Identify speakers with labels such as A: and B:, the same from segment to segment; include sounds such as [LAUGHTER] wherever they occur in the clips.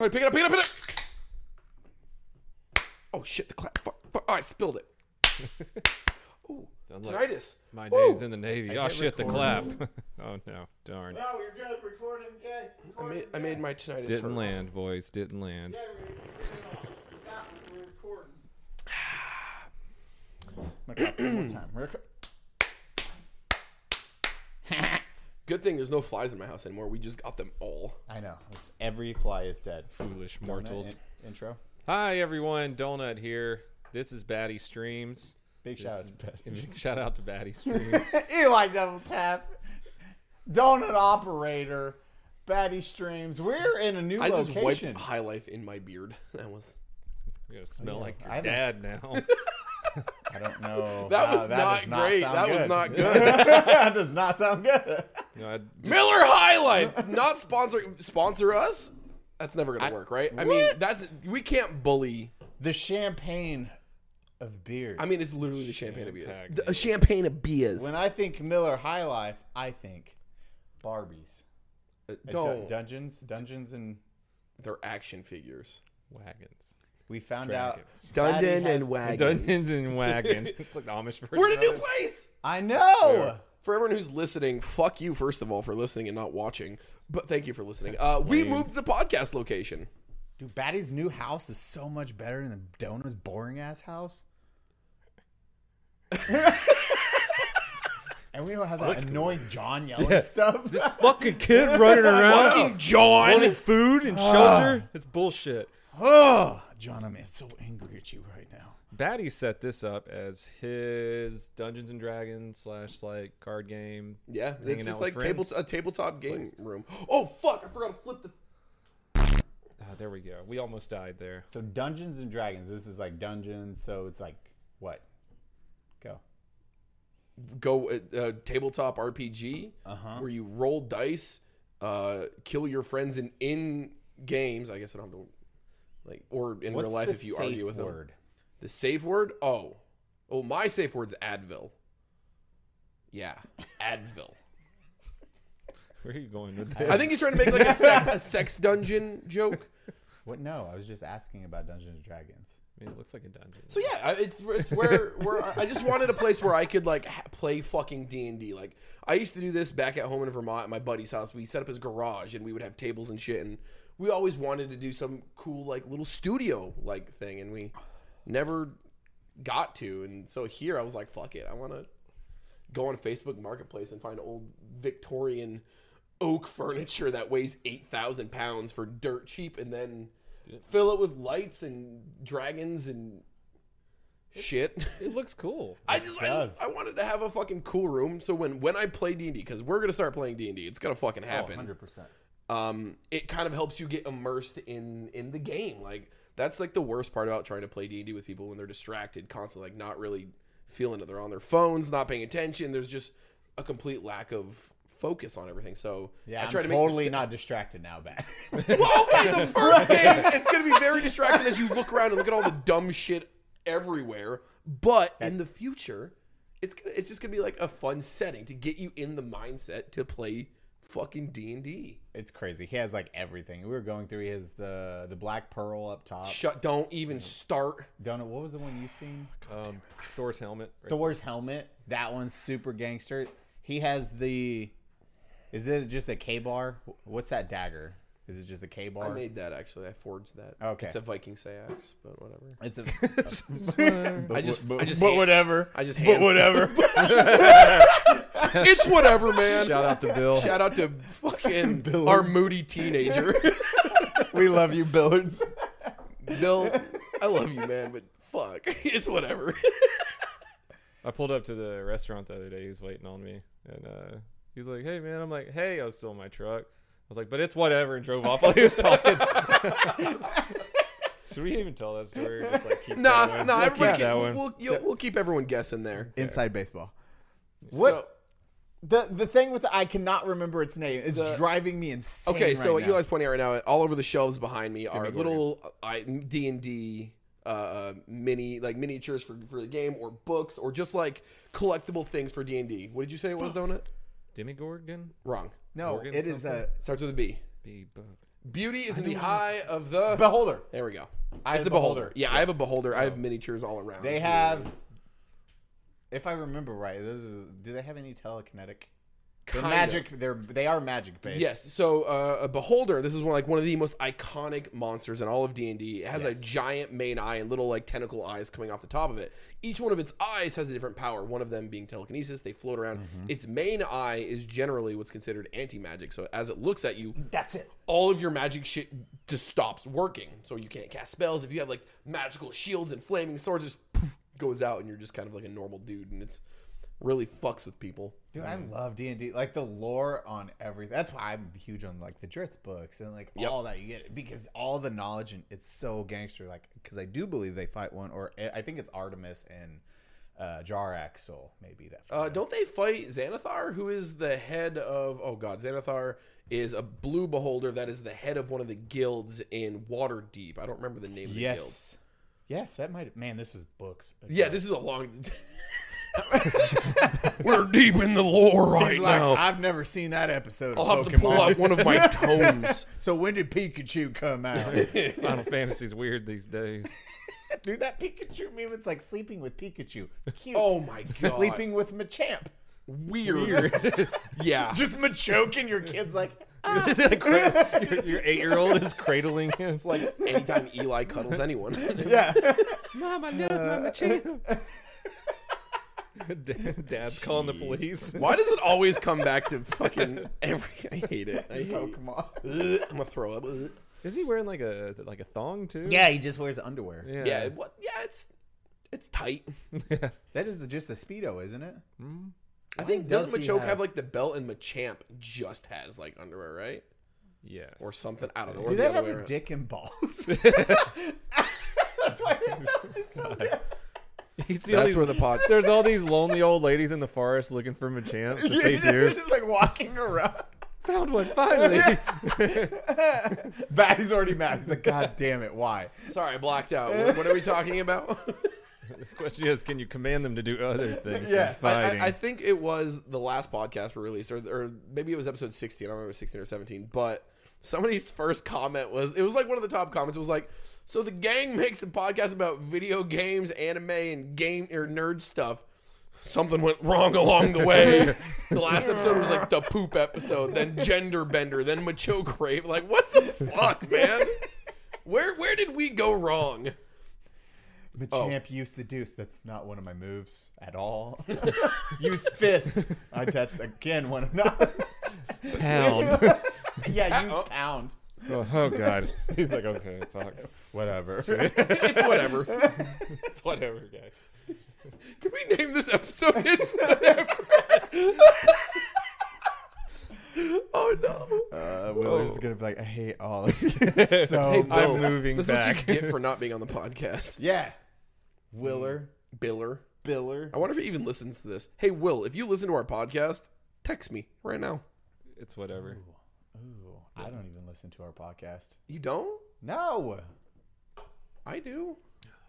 A: All right, pick it up, pick it up, pick it up. Oh shit! The clap. Fuck, fuck. Oh, I spilled it. Ooh,
B: Sounds like
A: tinnitus.
B: my
A: Woo.
B: days in the Navy. oh, shit, the clap. [LAUGHS] oh, no. Darn.
C: No, you're good. Recording good.
A: I made, I made my tinnitus.
B: Didn't
A: hurt.
B: land, boys. Didn't land.
C: We're recording.
D: My cup one [CLEARS THROAT] more time. Real quick.
A: Good thing there's no flies in my house anymore. We just got them all.
D: I know. It's every fly is dead.
B: Foolish
D: Don't I-
B: mortals.
D: in- intro.
B: Hi, everyone. Donut here. This is Batty Streams.
D: Big
B: This
D: shout out
B: is-
D: to Ben.
B: Big [LAUGHS] shout out to Batty
D: [LAUGHS]
B: Streams.
D: you like double tap. Donut operator. Batty streams. We're in a
A: [LAUGHS]
D: new
A: I just
D: location.
A: wiped high life in my beard. [LAUGHS] That was
B: You're going to smell like your
D: I haven't-
B: dad
D: [LAUGHS]
B: now.
D: I don't [LAUGHS] know.
A: that
D: Wow,
A: was not
D: does
A: great.
D: sound
A: that was [LAUGHS]
D: good. [LAUGHS]
A: not good.
D: that does not sound good.
B: You know, I'd-
A: Miller High Life not sponsor sponsor us. That's never gonna work, right? I mean,
D: What?
A: that's we can't bully.
D: The champagne of beers.
A: I mean, it's literally the champagne of beers.
B: Champagne.
A: The- A champagne of beers.
D: when I think Miller High Life, I think Barbies.
A: Uh,
D: Uh, dun-
A: don't.
D: dungeons, dungeons, and
A: They're action figures.
B: wagons.
D: we found
B: Dragons.
D: out Batty has-
B: Dungeons and
D: [LAUGHS]
B: wagons. It's like the Amish version.
A: We're in a new
B: of it.
A: place.
D: I know.
A: For everyone who's listening, fuck you first of all for listening and not watching. But thank you for listening. Uh, we moved the podcast location.
D: Dude, Batty's new house is so much better than Dona's boring ass [LAUGHS] house. and we don't have that annoying John yelling stuff. [LAUGHS]
B: Fucking kid running around.
A: Fucking John.
B: wanted food
D: Ah.
B: and shelter. It's bullshit.
D: oh, John, I'm so angry at you right now.
B: Batty set this up as his Dungeons and Dragons slash like card game.
A: Yeah,
B: hanging
A: it's
B: out
A: just
B: with
A: like table
B: friends.
A: a tabletop game room. Oh fuck! I forgot to flip the.
B: Ah, there we go. We almost died there. [LAUGHS]
D: So Dungeons and Dragons, this is like Dungeons, so it's like what? Go.
A: go uh, uh, tabletop RPG
D: Uh-huh.
A: where you roll dice, uh, kill your friends in in games. I guess I don't have to like or in real life if you argue with them. The safe word? Oh, oh, my safe word's Advil. Yeah, Advil.
B: Where are you
A: [LAUGHS]
B: going with this?
A: I think he's trying to make like a sex, a sex dungeon joke.
D: What no, I was just asking about Dungeons and Dragons.
B: I mean, it looks like a dungeon.
A: So yeah, I- it's it's where where I- I just wanted a place where I could like ha- play fucking D and D. Like I used to do this back at home in Vermont at my buddy's house. We set up his garage and we would have tables and shit, and we always wanted to do some cool like little studio like thing, and we never got to. And so here I was like, fuck it, I want to go on Facebook Marketplace and find old Victorian oak furniture that weighs eight thousand pounds for dirt cheap, and then. Fill it with lights and dragons and shit.
B: it looks cool.
A: [LAUGHS] I just, I just-
D: does.
A: I wanted to have a fucking cool room. So when when I play D and D, because we're gonna start playing D and D, it's gonna
D: Oh,
A: fucking happen.
D: 100%.
A: um, it kind of helps you get immersed in in the game. Like that's like the worst part about trying to play D and D with people when they're distracted constantly, like not really feeling it. They're on their phones, not paying attention. There's just a complete lack of focus on everything. So
D: Yeah, I
A: I try
D: am
A: to make
D: totally
A: the
D: not distracted now, Bat.
A: [LAUGHS]
D: [LAUGHS]
A: well, okay, the first game, it's going to be very distracting as you look around and look at all the dumb shit everywhere. But in the future, it's gonna, it's just going to be like a fun setting to get you in the mindset to play fucking D&D.
D: It's crazy. He has like everything. We were going through. He has the the black pearl up top.
A: Shut don't even start.
D: Donut. What was the one you seen?
B: Um, Thor's helmet. Right?
D: Thor's helmet. That one's super gangster. He has the. Is this just a K bar? What's that dagger? Is it just a K
A: I
D: bar?
A: made that actually. I forged that.
D: Okay.
A: It's a Viking Sayax, but whatever.
D: [LAUGHS] it's a.
A: I just I just
D: but
A: hand-
D: whatever.
A: I just
D: But
A: hand-
D: whatever.
A: [LAUGHS] It's whatever, man.
B: Shout
A: [LAUGHS]
B: out to Bill.
A: Shout out to fucking our moody teenager.
D: we love you, Billards.
A: Bill, I love you, man, but fuck. [LAUGHS] It's whatever.
B: I pulled up to the restaurant the other day. He was waiting on me, and uh, he's like, "Hey, man." I'm like, "Hey." I was still in my truck. I was like, "But it's whatever," and drove off while he
A: [LAUGHS]
B: was talking. Should we even tell that story? Or just like keep
A: Nah,
B: that one?
A: nah,
B: We'll
A: everybody
B: keep
A: can-
B: that one.
A: We'll, you'll- we'll keep everyone guessing there.
D: [LAUGHS] Inside baseball. What
A: So-
D: the the thing with the, I cannot remember its name. It's driving me insane.
A: okay, so
D: right
A: what
D: now.
A: Eli's pointing out right now, all over the shelves behind me are
B: Gordon.
A: little uh, D and D uh, mini like miniatures for for the game, or books, or just like collectible things for D and D. What did you say it was, Donut?
B: Demigorgon
A: Wrong.
D: No,
B: Morgan
D: it is a
A: Starts with a B.
B: be bu-
A: Beauty is in the eye of the.
D: Beholder.
A: there we go.
D: Eye
A: it's
D: of
A: a
D: the beholder.
A: beholder. Yeah, I have a beholder. I have miniatures all around.
D: They have, if I remember right, those are, do they have any telekinetic? They're
A: Kinda.
D: magic. They're they are magic based.
A: Yes. So uh, a beholder. This is one like one of the most iconic monsters in all of D and D. It has a giant main eye and little like tentacle eyes coming off the top of it. Each one of its eyes has a different power. One of them being telekinesis. They float around. Its main eye is generally what's considered anti magic. So as it looks at you,
D: that's it.
A: all of your magic shit just stops working. So you can't cast spells. If you have like magical shields and flaming swords, just poof, goes out and you're just kind of like a normal dude. And it's really fucks with people.
D: Dude, I love D and D. Like the lore on everything. That's why I'm huge on like the Dritz books and like
A: Yep.
D: all that you get because all the knowledge and it's so gangster. Like because I do believe they fight one or I I think it's Artemis and uh, Jaraxel maybe that.
A: Uh, don't they fight Xanathar, who is the head of? Oh God, Xanathar is a blue beholder that is the head of one of the guilds in Waterdeep. I don't remember the name of the guild.
D: yes, yes, that might. Man, this is books.
A: Yeah, this is a long. [LAUGHS] We're deep in the lore right
D: He's like, I've never seen that episode. Of
A: I'll have
D: Pokemon.
A: to pull out one of my tomes.
D: So when did Pikachu come out? [LAUGHS]
B: Final Fantasy's weird these days.
D: Dude, that Pikachu meme, it's like sleeping with Pikachu. Cute.
A: Oh
D: [LAUGHS]
A: my god!
D: Sleeping with Machamp.
B: [LAUGHS]
A: weird. Yeah.
D: Just Machoke and your kid's like, [LAUGHS] ah.
B: your your eight year old is cradling him. It's like,
A: Anytime Eli cuddles anyone. [LAUGHS]
D: yeah. [LAUGHS]
B: Mom, I love Mama [LAUGHS] Champ. Dad's calling the police.
A: Why does it always come back to fucking every? I hate it. I hate it.
D: Pokemon.
A: Ugh, I'm gonna throw up. Ugh.
B: Is he wearing like a like a thong too?
D: he just wears underwear.
B: Yeah.
A: Yeah. What? Yeah. It's it's tight.
B: [LAUGHS]
D: That is just a Speedo, isn't it?
A: I think
D: does
A: doesn't
D: he
A: Machoke have...
D: have-
A: like the belt and Machamp just has like underwear, right?
B: Yes.
A: Or something. I don't know. or
D: Do
A: the
D: they
A: other
D: have
A: way
D: a
A: around.
D: dick and
A: [LAUGHS]
D: balls? [LAUGHS] That's why that is so good.
B: You see all
A: That's
B: these-
A: where the pod-
B: There's all these lonely old ladies in the forest looking for Machamps.
A: [LAUGHS]
B: If they
D: [LAUGHS] They're
B: do,
D: just like walking around.
B: found one finally.
D: Bad, he's already mad. He's like, God damn it, why?
A: Sorry, I blacked out. What, what are we talking
D: [LAUGHS]
A: about?
B: The question is, can you command them to do other things?
D: Yeah, I-
B: Yeah,
A: I,
D: I-
B: fighting.
A: I, I think it was the last podcast we released, or, or maybe it was episode 16. I don't remember 16 or 17. But somebody's [LAUGHS] first comment was it was like one of the top comments was like, So the gang makes a podcast about video games, anime, and game or nerd stuff. Something went wrong along the way. the last episode was like the poop episode, then gender bender, then macho crave. Like, what the fuck, man? Where where did we go wrong? Oh.
D: Machamp used the deuce. That's not one of my moves
A: [LAUGHS]
D: at all. [LAUGHS] Use fist. Uh, that's again one of not.
B: Pound.
D: [LAUGHS]
A: [LAUGHS]
B: [LAUGHS]
D: yeah, use
A: Uh-oh.
D: pound.
B: oh, oh god. He's like, okay, fuck.
D: Whatever.
A: It's whatever.
B: It's whatever, guys.
A: Can we name this episode? It's whatever. oh no!
D: [LAUGHS] Uh, Willer's is gonna be like, I hate
A: [LAUGHS]
D: all of you so much.
B: Bill. I'm moving
A: This is
B: back.
A: what you get for not being on the podcast.
D: [LAUGHS] Yeah. Willer,
A: Biller.
D: Biller.
A: I wonder if he even listens to this. Hey, Will, if you listen to our podcast, text me right now.
B: It's whatever.
D: Ooh, I don't even listen to our podcast.
A: You don't?
D: No.
A: I do.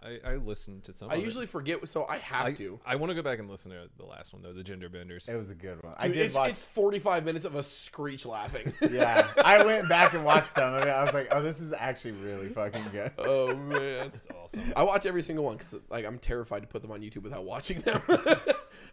B: I, I listen to some.
A: I
B: of it.
A: usually forget, so I have to.
B: I want to go back and listen to the last one though, the gender benders.
D: It was a good one. I
A: Dude,
D: did
A: it's,
D: watch.
A: it's 45 minutes of us screech laughing.
D: [LAUGHS] yeah, I went back and watched some of it. I was like, oh, this is actually really fucking good.
A: [LAUGHS] oh man.
B: It's
A: [LAUGHS]
B: awesome.
A: I watch every single one because like I'm terrified to put them on YouTube without watching them. [LAUGHS]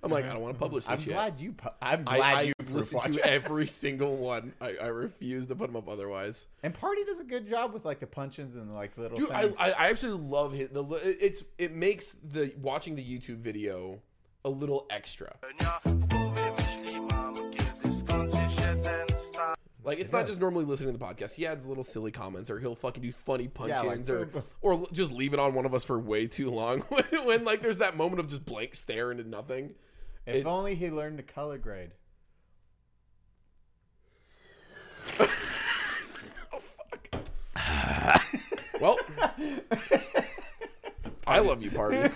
A: I'm like, I don't want to publish this
D: I'm
A: yet.
D: glad you. pu- I'm
A: I,
D: glad
A: I [LAUGHS]
D: you
A: listen
D: watched
A: to every single one. I, I refuse to put them up otherwise.
D: And Party does a good job with like the punch-ins and like little
A: Dude, I,
D: things.
A: I I absolutely love his, the li- it's it makes the watching the YouTube video a little extra. Like it's not just normally listening to the podcast. He adds little silly comments, or he'll fucking do funny
D: Yeah, like,
A: punch-ins, [LAUGHS] or or just leave it on one of us for way too long. [LAUGHS] When, when like there's that moment of just blank stare into nothing.
D: if
A: it-
D: only he learned to
A: [LAUGHS]
D: color grade.
B: [LAUGHS]
A: Well, I love you, party.
B: [LAUGHS]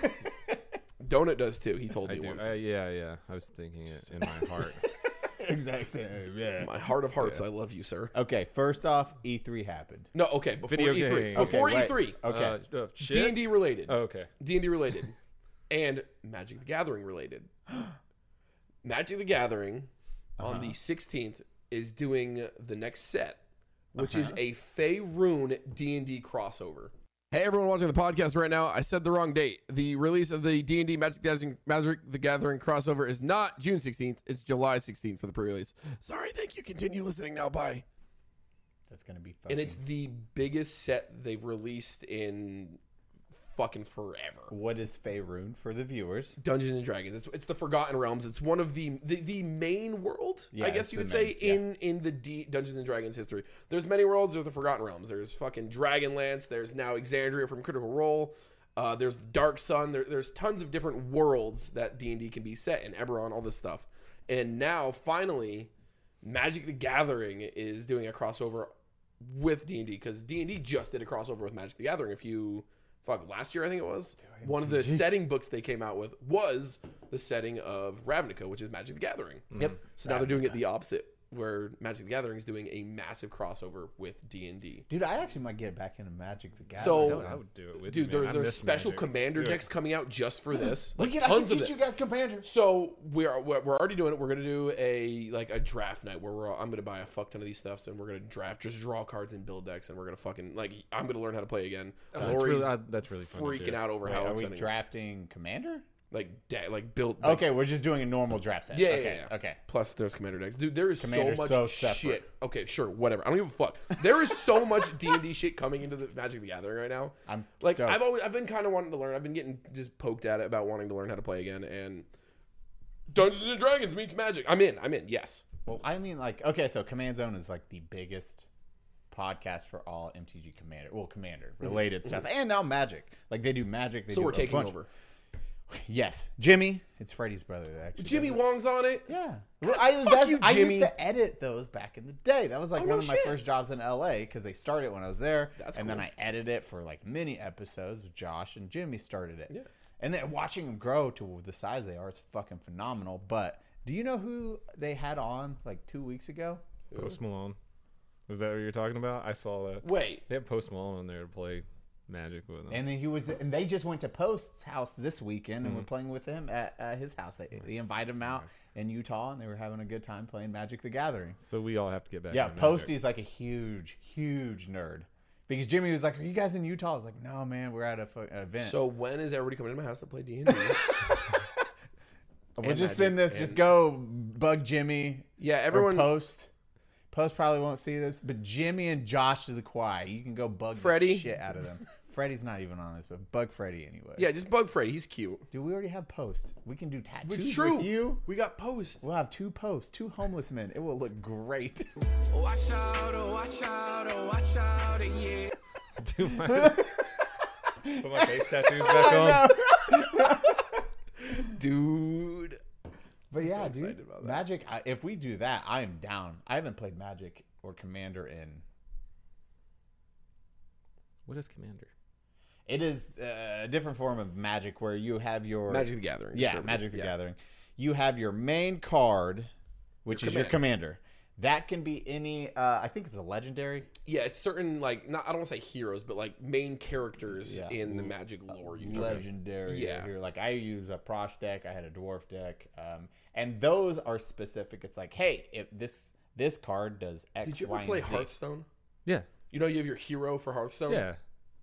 A: Donut does too. He told
B: I
A: me
B: do.
A: once.
B: I, yeah, yeah. I was thinking it in my heart.
A: [LAUGHS]
D: exact same. Yeah.
A: My heart of hearts, I love you, sir.
D: Okay. First off, E3 happened.
A: No, okay. Before
B: Video
A: E3,
B: game.
D: Okay,
A: before
D: wait.
A: E3,
D: Okay.
B: Uh, oh, shit.
A: D and D related,
B: Oh, okay.
A: D and D related, [LAUGHS] and Magic the Gathering related. Magic the Gathering on the 16th is doing the next set, which is a Faerun D and D crossover. Hey, everyone watching the podcast right now, I said the wrong date. The release of the D and D Magic the Gathering, Magic the Gathering crossover is not June sixteenth; it's July sixteenth for the pre-release. Sorry, thank you. Continue listening now. Bye.
D: That's gonna be fucking.
A: And it's the biggest set they've released in fucking forever.
D: what is Faerun for the viewers?
A: Dungeons and Dragons. It's, it's the Forgotten Realms. It's one of the the, the main world,
D: Yeah,
A: I guess
D: it's
A: you
D: the
A: would
D: main-
A: say, in in the D- Dungeons and Dragons history. There's many worlds. There's the Forgotten Realms. There's fucking Dragonlance. There's now Exandria from Critical Role. Uh, there's Dark Sun. There, there's tons of different worlds that D and D can be set in. Eberron, all this stuff. And now finally, Magic the Gathering is doing a crossover with D and D because D and D just did a crossover with Magic the Gathering a few fuck last year I think it was. One of the setting books they came out with was the setting of Ravnica, which is Magic the Gathering.
D: Yep.
A: So now they're doing it the opposite, where Magic the Gathering is doing a massive crossover with D and D.
D: Dude, I actually might get back into Magic the Gathering.
A: So-
B: I would- I would do it with
A: Dude,
B: you, man.
A: there's
B: I
A: there's
B: miss
A: special
B: Magic.
A: commander
B: Let's do it.
A: decks coming out just for this.
D: look at I can
A: Tons of
D: teach
A: it.
D: you guys commander.
A: So we are we're, we're already doing it. We're gonna do a like a draft night where we're all, I'm gonna buy a fuck ton of these stuffs and we're gonna draft just draw cards and build decks and we're gonna fucking like I'm gonna learn how to play again.
B: Oh, that's
A: Lori's
B: really, uh, that's really fun to
A: freaking
B: do.
A: out over
D: Wait,
A: how
D: are
A: I'm
D: we
A: setting
D: drafting commander?
A: like de- like built like,
D: Okay, we're just doing a normal draft set.
A: Yeah, yeah,
D: okay,
A: yeah.
D: okay.
A: Plus, there's commander decks. Dude, there is
D: Commander's
A: so much
D: so separate.
A: shit. Okay, sure, whatever. I don't give a fuck. There is so much [LAUGHS] D and D shit coming into the Magic the Gathering right now.
D: I'm
A: like,
D: stoked.
A: I've always, I've been kind of wanting to learn. I've been getting just poked at it about wanting to learn how to play again. And Dungeons and Dragons meets Magic. I'm in. I'm in. Yes.
D: Well, I mean, like, okay, so Command Zone is like the biggest podcast for all MTG Commander, well, Commander related stuff, and now Magic. Like, they do Magic.
A: Mm-hmm.
D: They
A: So
D: do
A: we're
D: a
A: taking
D: bunch-
A: over.
D: Yes, Jimmy. It's Freddy's brother that actually.
A: Jimmy
D: does
A: Wong's on it.
D: it. Yeah. Well, I,
A: fuck
D: that's-
A: you,
D: I
A: Jimmy.
D: used to edit those back in the day. That was like
A: Oh,
D: one
A: no
D: of my
A: shit.
D: first jobs in LA because they started when I was there.
A: That's
D: and then
A: cool.
D: I edited it for like many episodes with Josh and Jimmy started it. Yeah. And then watching them grow to the size they are, it's fucking phenomenal. But do you know who they had on like two weeks ago?
B: Post Malone. Was that what you're talking about? I saw that.
A: Wait.
B: They had Post Malone on there to play Magic with them.
D: And then he was, and they just went to Post's house this weekend and were playing with him at uh, his house. They, they invited him out in Utah, and they were having a good time playing Magic: The Gathering.
B: so we all have to get back.
D: Yeah,
B: into Magic.
D: Posty's like a huge, huge nerd because Jimmy was like, "Are you guys in Utah?" I was like, "No, man, we're at a fu- an event." So
A: So when is everybody coming to my house to play D
D: [LAUGHS]
A: and D?
D: we'll
A: and Magic
D: just send this.
A: and-
D: Just go bug Jimmy.
A: Yeah,
D: or
A: everyone.
D: Post. Post probably won't see this, but Jimmy and Josh to the choir. You can go bug the
A: Freddie.
D: shit out of [LAUGHS] them. Freddie's not even on this, but bug Freddie anyway.
A: Yeah, just bug Freddy. He's cute.
D: Dude, we already have post. We can do tattoos
A: It's true.
D: with you.
A: We got post.
D: We'll have two posts, two homeless men. It will look great.
A: [LAUGHS]
E: Watch out, oh, watch out, oh, watch out, yeah.
B: [LAUGHS] Do my, put
A: [LAUGHS]
B: my face tattoos back on.
A: Dude.
D: But yeah, dude,
A: excited about that.
D: Magic. I, if we do that, I am down. I haven't played Magic or Commander in.
B: What is Commander?
D: It is uh, a different form of Magic where you have your
A: Magic the Gathering.
D: Yeah,
A: sure.
D: Magic the
A: Yeah.
D: Gathering. You have your main card, which
A: Your
D: is your commander. That can be any. Uh, I think it's a legendary.
A: Yeah, it's certain like not I don't want to say heroes, but like main characters
D: Yeah.
A: in the magic lore usually.
D: legendary
A: Yeah.
D: yeah. here. Like I use a prosh deck, I had a dwarf deck, um, and those are specific. It's like, hey, if this this card does X,
A: Did you
D: Y,
A: ever play
D: and Z,
A: Hearthstone?
B: Yeah.
A: You know you have your hero for Hearthstone?
B: Yeah.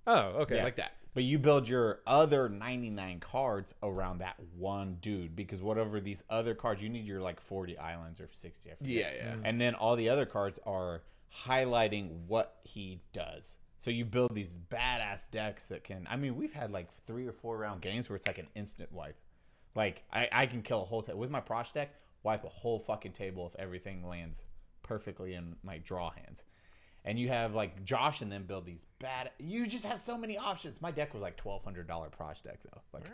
B: Oh, okay.
A: Like that.
D: but you build your other ninety nine cards around that one dude because whatever these other cards, you need your like forty islands or sixty. I forget.
A: Yeah, yeah.
D: and then all the other cards are highlighting what he does. So you build these badass decks that can. I mean, we've had like three or four round games where it's like an instant wipe. Like I, I can kill a whole ta- with my Prosh deck, wipe a whole fucking table if everything lands perfectly in my draw hands. And you have like Josh and them build these bad. You just have so many options. My deck was like twelve hundred dollar Prosh deck though. Like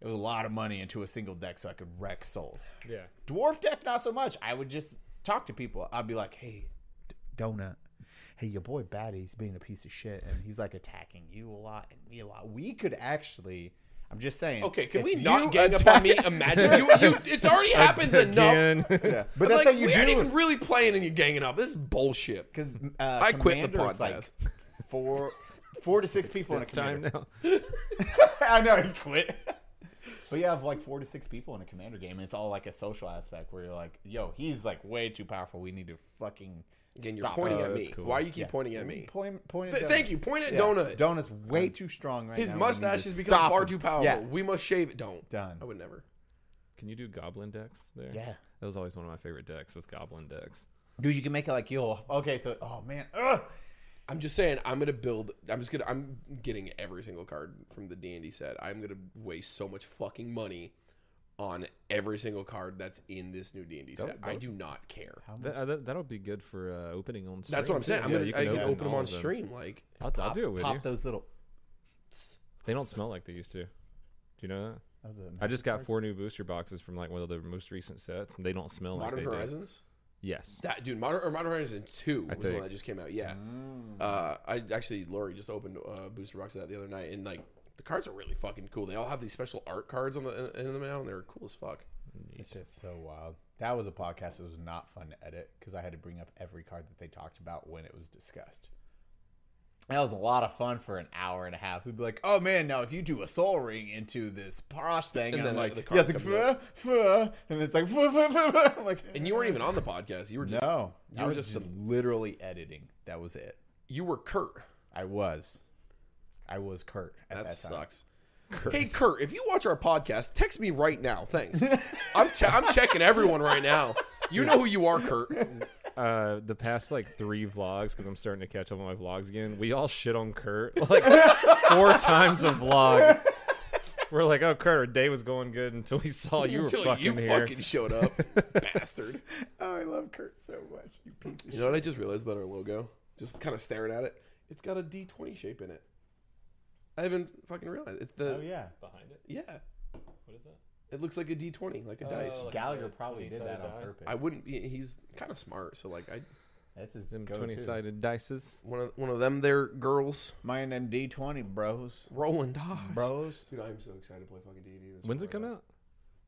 D: it was a lot of money into a single deck, so I could wreck souls.
B: Yeah.
D: Dwarf deck, not so much. I would just talk to people. I'd be like, hey, D- Donut. Hey, your boy Batty's being a piece of shit, and he's like attacking you a lot and me a lot. We could actually. I'm just saying.
A: Okay, can
D: if
A: we
D: you
A: not gang up on me? Imagine you, you it's already happens enough.
B: Again.
D: [LAUGHS]
A: [LAUGHS]
D: Yeah, but
A: That's
D: that's
A: like,
D: how you
A: we
D: do.
A: aren't
D: it.
A: [LAUGHS] even really playing and you ganging up. This is bullshit.
D: Because uh,
A: I quit the
D: commander is,
A: podcast.
D: Like four, four
A: [LAUGHS]
D: to six people in
B: [LAUGHS]
D: a
B: Time
D: commander.
B: now.
D: [LAUGHS] I know he quit. But you have like four to six people in a commander game, and it's all like a social aspect where you're like, "Yo, he's like way too powerful. We need to fucking
A: Again, you're
D: Stop.
A: pointing
B: Oh,
A: at
B: that's
A: me.
B: cool.
A: Why you keep
D: Yeah.
A: pointing at me?
D: Point, point
A: Th- thank you. Point at Donut.
D: Donut's way too strong right
A: His
D: now. We need to
A: mustache has become
D: stop
A: far
D: him.
A: too powerful.
D: Yeah.
A: We must shave it. Don't.
D: Done.
A: I would never.
B: Can you do goblin decks there?
D: Yeah.
B: That was always one of my favorite decks was goblin decks.
D: Dude, you can make it like you'll. Okay, so oh man, Ugh.
A: I'm just saying. I'm gonna build. I'm just gonna. I'm getting every single card from the D and D set. I'm gonna waste so much fucking money on every single card that's in this new D and D set. I do not care.
B: That, uh, that, that'll be good for uh, opening on stream.
A: That's what I'm saying.
B: too.
A: I'm
B: Yeah,
A: gonna.
B: you
A: I can open them
B: all
A: on
B: of
A: stream. Like
B: I'll, I'll do it with
D: pop
B: you.
D: those little.
B: They don't smell like they used to. Do you know that?
D: of the-
B: I just got four new booster boxes from like one of the most recent sets, and they don't smell
A: Modern
B: like they did.
A: Horizons.
B: Yes.
A: That dude, Modern or Modern Horizon Two
B: I
A: was the one
B: think. Mm.
A: that just came out. Yeah, uh, I actually Lori just opened uh, booster box of that the other night, and like the cards are really fucking cool. They all have these special art cards on the in them now, and they're cool as fuck.
D: It's just so wild. That was a podcast that was not fun to edit because I had to bring up every card that they talked about when it was discussed. That was a lot of fun for an hour and a half. We'd be like, "Oh man, now if you do a soul ring into this posh thing," and,
A: And
D: I'm
A: then
D: like,
A: the card
D: "Yeah, it's like,
A: comes
D: fuh, fuh," and it's like, fuh, fuh, fuh, fuh. I'm like,
A: And you weren't even on the podcast. You were just
D: no,
A: you
D: you
A: were
D: were
A: just
D: just literally editing. That was it.
A: you were Kurt.
D: I was, I was Kurt at
A: That,
D: that, time.
A: sucks. Hey Kurt, if you watch our podcast, text me right now.
B: [LAUGHS]
A: Thanks. I'm che- I'm checking everyone right now. You know who you are, Kurt.
B: Uh, the past like three vlogs, because I'm starting to catch up on my vlogs again. We all shit on Kurt [LAUGHS] like
D: [LAUGHS]
B: four times a vlog. We're like, oh, Kurt, our day was going good until we saw you
A: [LAUGHS]
B: were
A: Until
B: fucking
A: you
B: here.
A: fucking showed
B: [LAUGHS]
A: up, bastard.
D: Oh, I love Kurt so much. You piece [LAUGHS] of
A: You know what I just realized about our logo? Just kind of staring at it. It's got a D20 shape in it. I haven't fucking realized. It's the
D: Oh yeah,
B: Behind it.
A: yeah.
B: What is that?
A: It looks like a D20, like a
B: Oh,
A: dice.
D: Gallagher probably did that on purpose.
A: I wouldn't. Be, he's kind of smart, so like I
D: That's his
B: Them
D: go-to.
B: twenty-sided dices.
A: one of one of them there girls
D: My name D twenty bros.
A: rolling dice.
D: Bros.
A: Dude, I'm so excited to play fucking D&D. This
B: When's it
A: summer.
B: come out?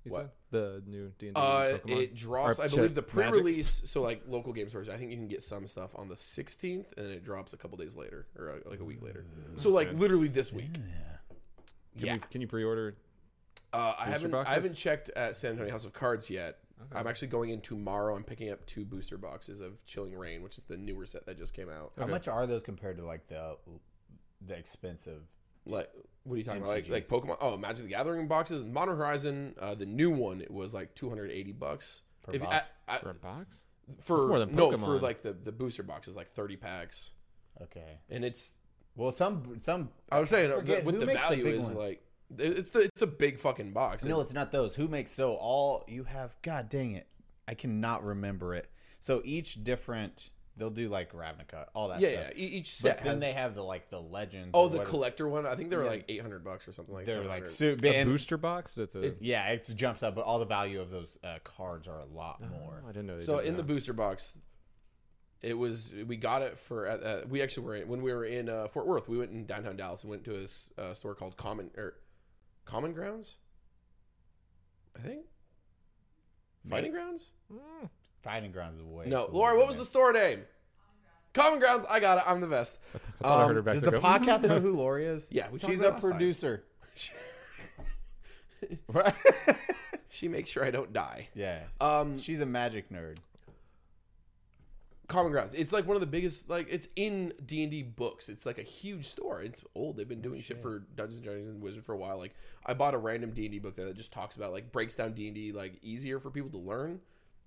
B: You
A: What?
B: said the new D and D.
A: Uh, it drops. I believe the
B: Magic?
A: pre-release. So like local game stores, I think you can get some stuff on the 16th, and then it drops a couple days later, or uh, like a week later.
B: Mm,
A: So like literally this week.
B: Can,
A: yeah.
B: you, can you pre-order?
A: Uh, I haven't
B: boxes?
A: I haven't checked at San Antonio House of Cards yet. I'm actually going in tomorrow. I'm picking up two booster boxes of Chilling Rain, which is the newer set that just came out.
B: Oh.
D: How much are those compared to like the the expensive?
A: Like, what are you talking about? Like, like
D: MTGs.
A: Pokemon? Oh, Magic the Gathering boxes. Modern Horizon, uh, the new one, it was like 280 bucks.
D: Per
A: If-
D: box?
A: I- I-
B: For a box?
A: for
B: more than
A: no, for
B: Pokemon.
A: like the, the booster boxes, like 30 packs,
D: Okay.
A: and it's
D: Well, some some.
A: I was saying uh,
D: forget,
A: the, what
D: who
A: the
D: makes the
A: value
D: big
A: is
D: one?
A: like it- it's the it's a big fucking box.
D: No, it's not those. Who makes so all you have? God dang it! I cannot remember it. So each different, they'll do like Ravnica, all that.
A: yeah, yeah.
D: stuff.
A: e- Each set
D: But then
A: has.
D: they have the like the legends.
A: Oh,
D: or
A: the
D: what-
A: collector one. I think they were like eight hundred bucks or something like.
D: They're like
A: 700.
D: super.
B: A
D: And,
B: booster box? That's a.
D: yeah, it jumps up, but all the value of those uh, cards are a lot
B: Oh,
D: more.
B: I didn't know. They
A: So
B: did
A: in the
B: that.
A: booster box, it was we got it for uh, uh, we actually were in, when we were in uh, Fort Worth. We went in downtown Dallas and went to a s- uh, store called Common or Common Grounds, I think. Fighting Grounds?
D: Fighting grounds is way.
A: No,
D: cooler
A: Laura. What
D: than
A: was the
D: it.
A: store name? Common Grounds. I got it. I'm the best.
B: I thought I heard
A: um,
B: her back
D: Does
B: there
D: the
B: go,
D: podcast know who Lori is?
A: [LAUGHS] Yeah, we talked
D: she's
A: about
D: a
A: it last time.
D: producer.
A: [LAUGHS]
D: [LAUGHS] Right?
A: She makes sure I don't die.
D: yeah,
A: Um,
D: she's a magic nerd.
A: Common Grounds. It's like one of the biggest. Like it's in D and D books. It's like a huge store. It's old. They've been doing shit for Dungeons and Dragons and Wizard for a while. Like I bought a random D and D book that just talks about like breaks down D and D like easier for people to learn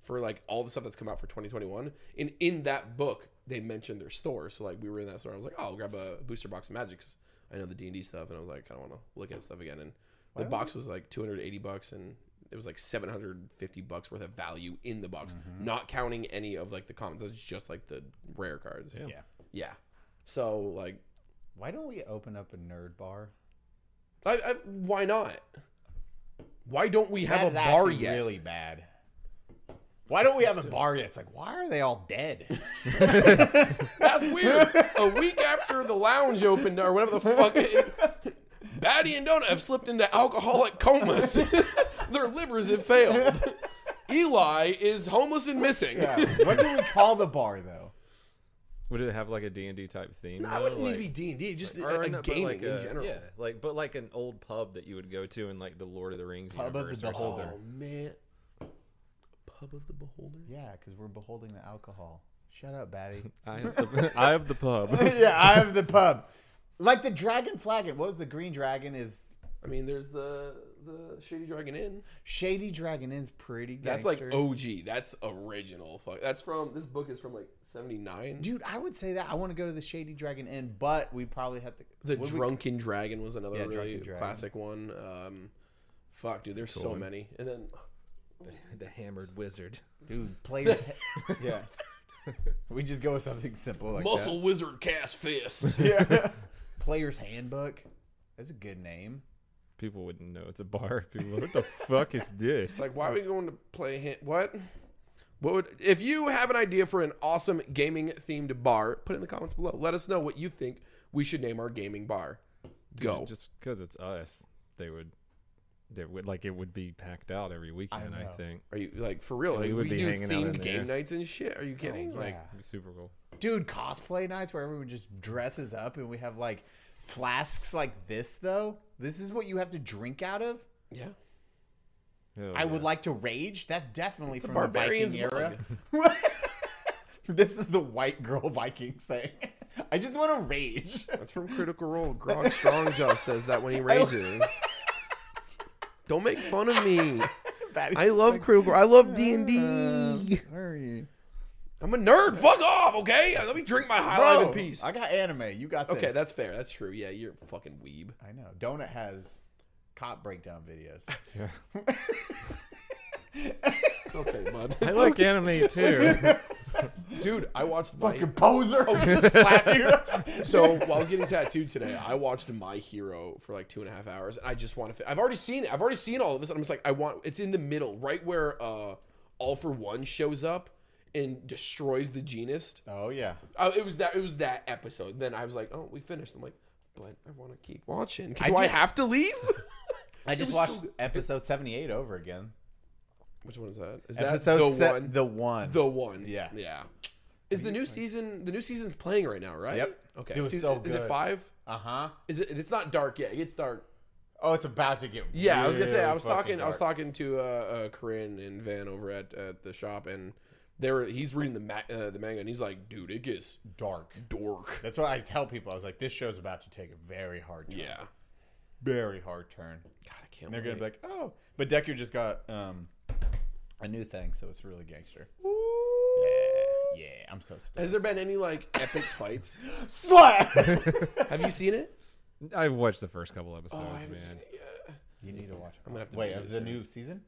A: for like all the stuff that's come out for 2021. And in that book, they mentioned their store. So like we were in that store. I was like, oh, I'll grab a booster box of magic 'cause I know the D and D stuff. And I was like, I kind of want to look at stuff again. And the box was like 280 bucks and. It was like 750 bucks worth of value in the box, not counting any of like the commons. That's just like the rare cards.
D: Yeah.
A: Yeah. So like,
D: Why don't we open up a nerd bar?
A: I, I, why not? Why don't we have
D: That's
A: a bar
D: actually
A: yet?
D: Really bad. Why don't we have a bar yet? It's like, why are they all [LAUGHS] dead?
A: [LAUGHS] That's weird. a week after the lounge opened or whatever the fuck. It,
B: [LAUGHS]
A: Batty and Donut have slipped into alcoholic comas. [LAUGHS] Their livers have failed. Eli is homeless and missing.
D: what do we call the bar though?
B: Would it have like a D and D type
A: [LAUGHS]
B: theme?
A: I
B: though?
A: wouldn't
B: like,
A: need to be D and D, just
B: or
A: a, a
B: not, but
A: gaming
B: like
A: in
B: a-
A: general.
B: Yeah, like but like an old pub that you would go to in like the Lord of the Rings
D: Pub of the
B: universe or
D: Beholder.
B: something.
A: Oh man, pub of the beholder.
D: Yeah, because we're beholding the alcohol. Shut up, Batty.
B: I have the, I have
A: [LAUGHS]
B: the pub.
D: [LAUGHS] yeah, I have the pub. Like the dragon flagon. What was the green dragon? Is
A: I mean, there's the the Shady Dragon Inn.
D: Shady Dragon Inn's pretty
A: That's
D: gangster.
A: like OG. That's original. Fuck. That's from this book is from like '79.
D: dude, I would say that I want to go to the Shady Dragon Inn, but we probably have to.
A: The
D: would we-
A: Drunken Dragon was another
D: Yeah,
A: really
D: Drunken Dragon.
A: classic one. Um, fuck, dude, there's so many. And then
B: the hammered wizard.
D: dude, [LAUGHS] players. ha- yeah. We just go with something simple like
A: Muscle Wizard Cast
D: [LAUGHS]
A: Fist.
D: that. Yeah. Player's Handbook. That's a good name.
B: People wouldn't know it's a bar. People, would, what the fuck is this?
A: It's like, why are we going to play? Ha- what? What would if you have an idea for an awesome gaming themed bar? Put it in the comments below. Let us know what you think we should name our gaming bar. Go.
B: Just because it's us, they would, they would like it would be packed out every weekend. I,
D: know.
B: think
A: are you like for real? Like,
B: we would
A: we
B: be
A: do
B: hanging out in Oh,
A: themed game
B: there.
A: nights and shit. Are you kidding? Like,
D: Yeah.
B: It'd be super cool.
D: Dude, cosplay nights where everyone just dresses up and we have like flasks like this though. This is what you have to drink out of.
A: yeah.
B: Hell
D: I would
B: yeah.
D: like to rage. That's definitely from the
A: barbarian's
D: Viking era. [LAUGHS] this is the white girl Viking saying. [LAUGHS] I just want to rage. [LAUGHS]
A: That's from Critical Role. Grog Strongjaw says that when [LAUGHS] he rages. Don't make fun of [LAUGHS] me. I love Critical. I love D and D. I'm a nerd. Fuck off, okay? Let me drink my high life in peace.
D: I got anime. You got this.
A: Okay, that's fair. That's true. Yeah, you're a fucking weeb.
D: I know. Donut has cop breakdown
A: [LAUGHS]
D: videos.
B: Yeah.
A: It's okay, bud.
B: I
A: [LAUGHS]
B: like anime too.
A: Dude, I watched my,
D: Fucking [LAUGHS] poser. Just Oh, slap you.
A: [LAUGHS] so while I was getting tattooed today, I watched My Hero for like two and a half hours, and I just want to. Fi- I've already seen it. I've already seen all of this. And I'm just like, I want. It's in the middle, right where uh, All for One shows up and destroys the genist.
D: Oh yeah.
A: Uh, it was that. It was that episode. Then I was like, oh, we finished. I'm like, but I want to keep watching. Do I,
D: do-
A: have to leave?
D: [LAUGHS] I just
A: was
D: watched
A: so-
D: episode seventy-eight over again.
A: Which one is that? Is
D: Episode
A: that the
D: se-
A: one?
D: The one.
A: The one.
D: Yeah.
A: Yeah. Is the new season the new season's playing right now, right?
D: Yep.
A: Okay.
D: It was
A: Season-
D: so
A: Is it
D: good.
A: five?
D: uh huh.
A: Is it it's not dark yet. It gets dark.
D: Oh, it's about to get.
A: Yeah, I was gonna say I
D: really
A: was
D: fucking
A: talking I was
D: dark.
A: talking to uh, uh Corinne and Van over at, at the shop and they were he's reading the ma- uh, the manga and he's like, dude, it gets
D: dark.
A: dork.
D: That's why I tell people. I was like, this show's about to take a very hard turn.
A: Yeah.
D: Very hard turn.
A: God, I can't.
D: And they're gonna
A: wait.
D: be like, oh, but Deku just got um a new thing, so it's really gangster. Yeah, yeah. I'm so stoked.
A: Has there been any like epic [LAUGHS] fights?
D: Slap.
A: Have you seen it?
B: [LAUGHS] I've watched the first couple episodes,
A: Oh, I haven't
B: man.
A: seen it yet.
D: [LAUGHS] you need to watch. I'm
A: gonna have to
D: wait.
A: do
D: Of
A: this
D: the
A: now.
D: new season?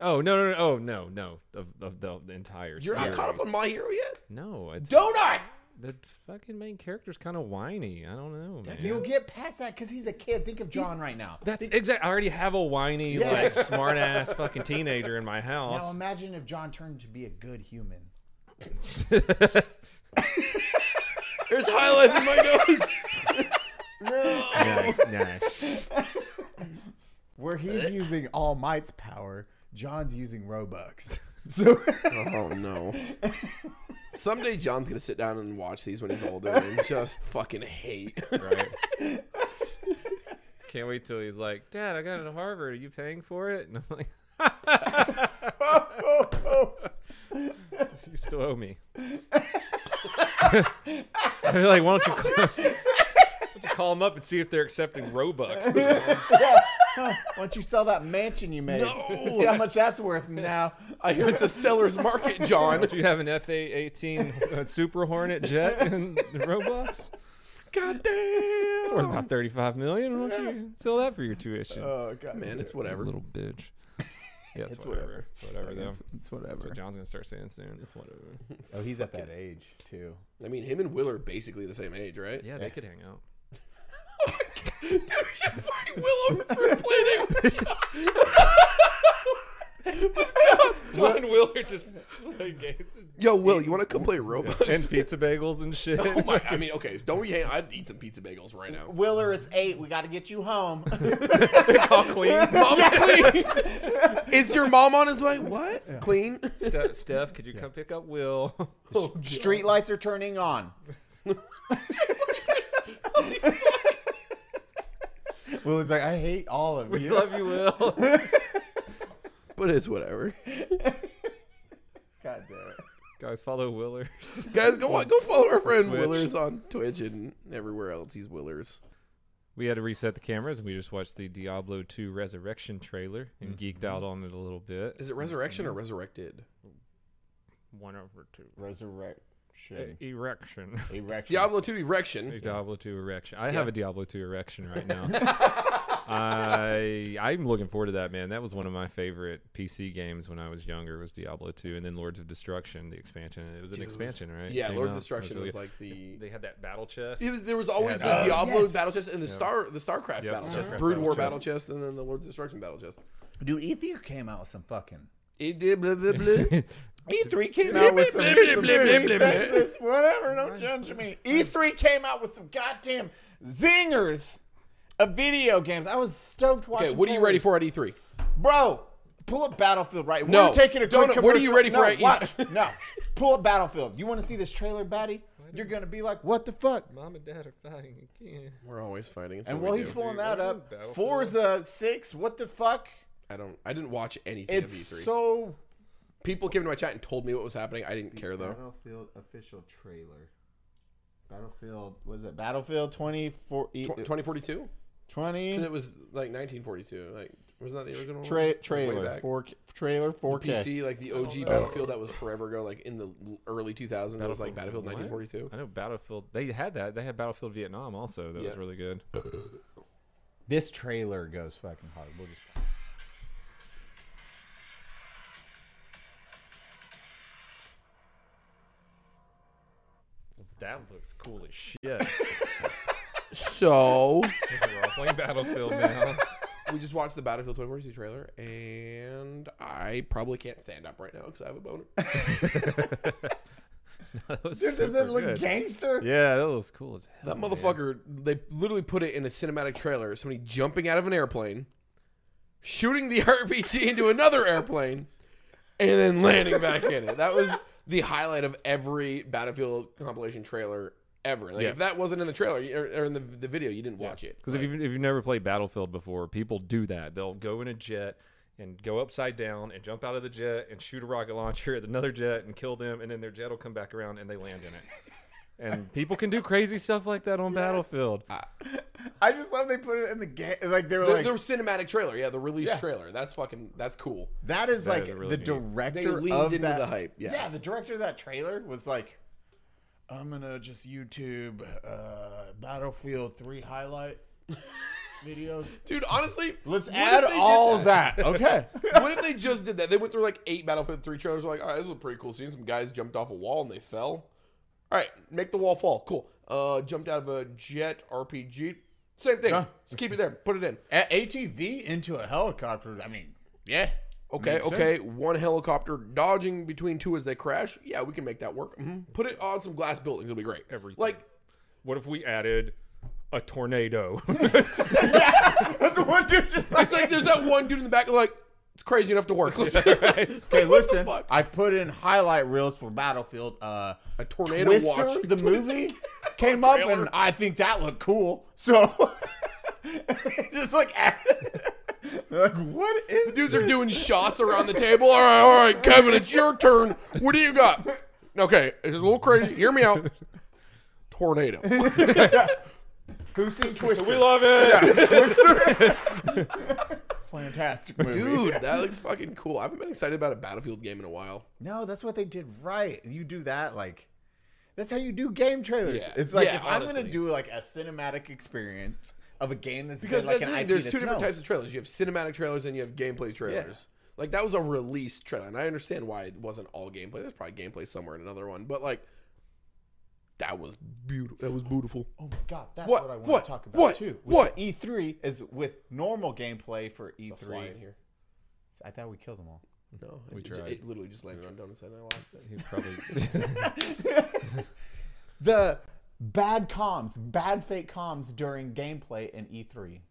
B: Oh no, no, no, oh no, no, of, of the, the entire.
A: You're not
B: series.
A: caught up on My Hero yet?
B: No, it's
A: Donut!
B: the fucking main character's kind of whiny. I don't know, man.
D: You'll get past that because he's a kid. Think of John right now.
B: That's exact. I already have a whiny,
D: Yeah.
A: [LAUGHS]
B: like smart ass fucking teenager in my
D: Now
B: house.
D: imagine if John turned to be a good human.
A: There's high life in Oh my nose.
B: nice, nice.
D: Where he's using All Might's power, John's using Robux. [LAUGHS] So
A: Oh
D: [LAUGHS]
A: no. Someday John's gonna sit down and watch these when he's older and just fucking hate. [LAUGHS]
B: Right. Can't wait till he's like, Dad, I got into Harvard. Are you paying for it? And I'm like,
D: [LAUGHS]
B: you still owe me. I'd be like, why don't you call, [LAUGHS] why don't you call them up and see if they're accepting Robux?
D: Why don't you sell that mansion you made?
A: No.
D: [LAUGHS] See how much that's worth now.
A: I hear it's a seller's market, John.
B: Do you have an F-18 uh, Super Hornet jet in Robux?
A: God damn.
B: It's worth about 35 million. Why don't you sell that for your tuition?
D: [LAUGHS] Oh god,
A: Man, it's whatever.
B: Little bitch. [LAUGHS] Yeah, it's, whatever. It's whatever, though. That's
D: It's whatever.
B: what John's going to start saying soon. It's whatever.
D: Oh, he's at that age too.
A: I mean, him and Will are basically the same age, right?
B: Yeah, they could hang out.
A: Dude, we should fight Will over for playing with
B: John and Will are just playing games
A: Yo, Will, you want to come play Robux?
B: and pizza bagels and [LAUGHS] shit.
A: [LAUGHS] oh my, I mean, okay, so don't we hang? I'd eat some pizza bagels right
B: [LAUGHS]
A: now.
D: Willer, it's eight. We got to get you home. [LAUGHS]
B: All clean. [LAUGHS]
A: Mom, clean. Is your mom on his way? What? Clean? [LAUGHS]
B: Steph, Steph, could you come pick up Will? [LAUGHS]
D: Street lights are turning on. Will is like, I hate all of you.
B: Love you, [LAUGHS] Will.
A: But it's whatever.
D: God damn it.
B: God guys, follow Willers.
A: Guys, go on, go follow our friend
B: Twitch.
A: Willers on Twitch and everywhere else. He's Willers.
B: we had to reset the cameras and we just watched the Diablo 2 Resurrection trailer and geeked out on it a little bit.
A: Is it Resurrection or Resurrected?
B: one over two.
D: Resurrection.
B: Uh, Erection.
A: It's
B: [LAUGHS]
D: Erection.
A: Diablo 2 Erection.
B: A Diablo 2 erection. I have a Diablo 2 erection right [LAUGHS] now. I I'm looking forward to that, man. That was one of my favorite PC games when I was younger was Diablo 2 and then Lords of Destruction, the expansion. It was an expansion, right?
A: Yeah,
B: Came
A: Lord of
B: out. That
A: Destruction
B: really
A: was
B: good.
A: like the.
B: they had that battle chest.
A: It
B: [LAUGHS]
A: was, there was always
B: Yeah,
A: the
B: uh,
A: Diablo
D: yes.
A: battle chest and the Star the Starcraft
B: Yep,
A: battle
B: Starcraft
A: chest,
B: battle
A: Brood War
B: chest.
A: battle chest, and then the Lord of Destruction battle chest.
D: Dude, E3 came out with some fucking.
A: It did blah blah
B: [LAUGHS]
A: blah.
D: E3 came out with some.
A: blip, blip,
D: some
A: blip,
D: sweet
A: blip, blip.
D: Texas, whatever, don't judge me. E3 came out with some goddamn zingers of video games. I was stoked watching.
A: Okay, what are you ready
D: trailers.
A: for at E E3?
D: Bro, pull up Battlefield right.
A: No,
D: We're taking a
A: don't-
D: quick
A: what are you
D: commercial-
A: ready for
D: No,
A: right-
D: watch. no,
A: [LAUGHS]
D: pull up Battlefield. You want to see this trailer, Batty? You're gonna be like, what the fuck?
B: Mom and dad are fighting again.
A: We're always fighting. It's
D: And
A: what
D: while
A: we
D: he's
A: do.
D: pulling that up,
B: Battlefield.
D: Forza Six. What the fuck?
A: I don't. I didn't watch anything of
D: It's
A: E3.
D: so.
A: People came to my chat and told me what was happening. I didn't care though.
D: Battlefield official trailer. Battlefield was it Battlefield 24 e-
A: Tw- 2042.
D: 20
A: It was like 1942. Like wasn't that the original one?
D: tra-
A: Like, way
D: trailer
A: back.
D: 4 trailer 4K.
A: PC like the
D: Oh,
A: OG Battlefield that was forever ago, like in the l- early 2000s. That was like Battlefield
B: What?
A: 1942.
B: I know Battlefield. They had that. They had Battlefield Vietnam also. That
A: Yeah.
B: was really good.
D: This trailer goes fucking hard. We'll just
B: That looks cool as shit. [LAUGHS]
A: So
B: We're all playing Battlefield now. [LAUGHS]
A: we just watched the Battlefield 2042 trailer, and I probably can't stand up right now because I have a boner.
B: That was
D: [LAUGHS] Does
B: super
D: it look
B: good.
D: gangster?
B: Yeah, that looks cool as hell.
A: That motherfucker, they literally put it in a cinematic trailer. Somebody jumping out of an airplane, shooting the [LAUGHS] RPG into another airplane, and then landing back in it. That was the highlight of every Battlefield compilation trailer ever. Like
B: Yeah.
A: if that wasn't in the trailer or, or in the, the video, you didn't watch it.
B: Because if, you've, if you've never played Battlefield before, people do that. They'll go in a jet and go upside down and jump out of the jet and shoot a rocket launcher at another jet and kill them, and then their jet will come back around and they land in it. and people can do crazy stuff like that on Battlefield.
D: I just love they put it in the game. Like they were
A: The,
D: like,
A: the cinematic trailer, yeah, the release trailer. That's fucking that's cool.
D: that is
B: That
D: like
B: is really
D: the
B: neat.
A: They
D: director
A: leaned
D: of
A: into
D: that.
A: the hype. Yeah.
D: the director of that trailer was like, I'm gonna just YouTube uh, Battlefield
A: [LAUGHS]
D: Three highlight videos.
A: Dude, honestly,
D: Let's
A: what if
D: add
A: they did
D: all
A: that?
D: that. Okay.
A: what if they just did that? They went through like eight Battlefield 3 trailers. were Like, all right, this was a pretty cool scene. Some guys jumped off a wall and they fell. All right, make the wall fall. Cool. Uh, jumped out of a jet RPG. Same thing.
D: Yeah.
A: Just keep it there. Put it in.
D: [LAUGHS] A- ATV into a helicopter. I mean, yeah.
A: Okay,
D: Makes
A: okay. One helicopter dodging between two as they crash. Yeah, we can make that work. Mhm. Put it on some glass buildings. It'll be great.
B: Everything.
A: Like,
B: What if we added a [LAUGHS] tornado?
D: That's what dude just [LAUGHS] like.
A: it's like there's that one dude in the back, like, it's crazy enough to
D: [LAUGHS]
A: work. Let's-
D: Okay,
A: What the
D: listen.
A: fuck?
D: I put in highlight reels for Battlefield. Uh,
A: A tornado
D: Twister,
A: watch.
D: the
A: Twister.
D: [LAUGHS] movie came up, and I think that looked cool. So [LAUGHS] just like, [LAUGHS] at- like what is
A: The dudes are doing shots around the table. All right, all right, Kevin, it's your turn. What do you got? Okay, it's a little crazy. Hear me out. [LAUGHS] Tornado.
D: Who's seen Twister?
A: We love it,
D: Fantastic movie,
A: dude.
D: [LAUGHS]
A: That looks fucking cool. I haven't been excited about a Battlefield game in a while.
D: No, that's what they did right. You do that like. That's how you do game trailers.
A: Yeah.
D: It's like
A: Yeah,
D: if I'm
A: honestly.
D: gonna do like a cinematic experience of a game that's
A: Because
D: been, like
A: that's
D: an
A: the thing,
D: IP
A: there's
D: that's
A: two different
D: known.
A: types of trailers. You have cinematic trailers and you have gameplay trailers. Like that was a release trailer, and I understand why it wasn't all gameplay. There's probably gameplay somewhere in another one, but like that was beautiful. That was beautiful.
D: Oh my god, that's
A: What?
D: what, I want
A: What?
D: to talk about
A: What?
D: too.
A: What?
D: E three is with normal gameplay for E
A: Fly in
D: three.
A: here.
D: I thought we killed them all.
A: No, we it,
B: tried.
A: It literally just landed on Donut's head, and I lost it.
B: He [LAUGHS] probably
D: The bad comms, bad fake comms during gameplay in E three.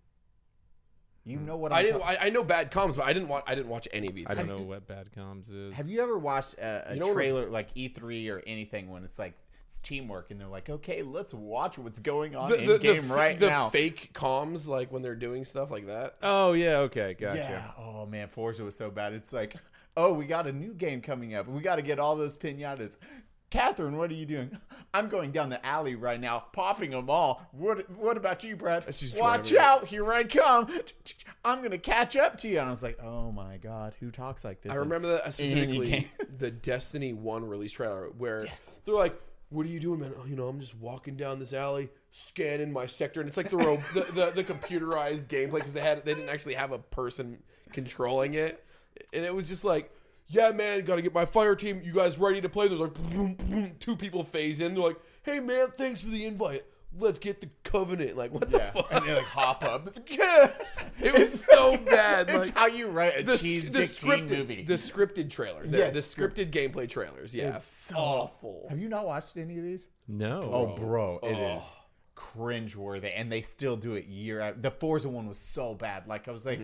D: You know what I'm
A: I didn't.
D: talk-
A: I, I know bad comms, but I didn't watch. I didn't watch any of these.
B: I don't know what bad comms is.
D: Have you ever watched a, a
A: You know what-
D: trailer like E3 or anything when it's like it's teamwork and they're like, okay, let's watch what's going on in game
A: fa-
D: right
A: the
D: now.
A: fake comms, like when they're doing stuff like that.
B: oh yeah, okay, gotcha.
D: yeah. Oh man, Forza was so bad. It's like [LAUGHS] oh, we got a new game coming up. We got to get all those pinatas. Catherine, what are you doing? [LAUGHS] I'm going down the alley right now, popping them all. What What about you, Brad?
A: That's just
D: Watch
A: driving.
D: out! Here I come! [LAUGHS] I'm gonna catch up to you. And I was like, oh my god, who talks like this?
A: I
D: And-
A: remember that uh, specifically
D: [LAUGHS] can't-
A: the Destiny One release trailer where
D: Yes.
A: they're like, "What are you doing, man? Oh, you know, I'm just walking down this alley, scanning my sector." And it's like the ro-
D: [LAUGHS]
A: the, the the computerized gameplay because they had they didn't actually have a person controlling it, and it was just like. Yeah, man, gotta get my fire team. You guys ready to play? There's like boom, boom, two people phase in. They're like, "Hey, man, thanks for the invite. Let's get the covenant." Like, what
D: Yeah. [LAUGHS]
A: the fuck?
D: And they like hop up.
A: [LAUGHS]
D: It's good.
A: It was so bad.
D: It's
A: like-
D: how you write a
A: the,
D: cheese
A: the
D: dick
A: scripted
D: teen movie.
A: the scripted trailers the,
D: Yes.
A: the scripted gameplay trailers yeah
D: It's so-
A: awful
D: Have you not watched any of these?
B: No.
D: Oh, bro, it
A: Oh.
D: is cringe worthy, and they still do it year out. The Forza one was so bad. Like I was like,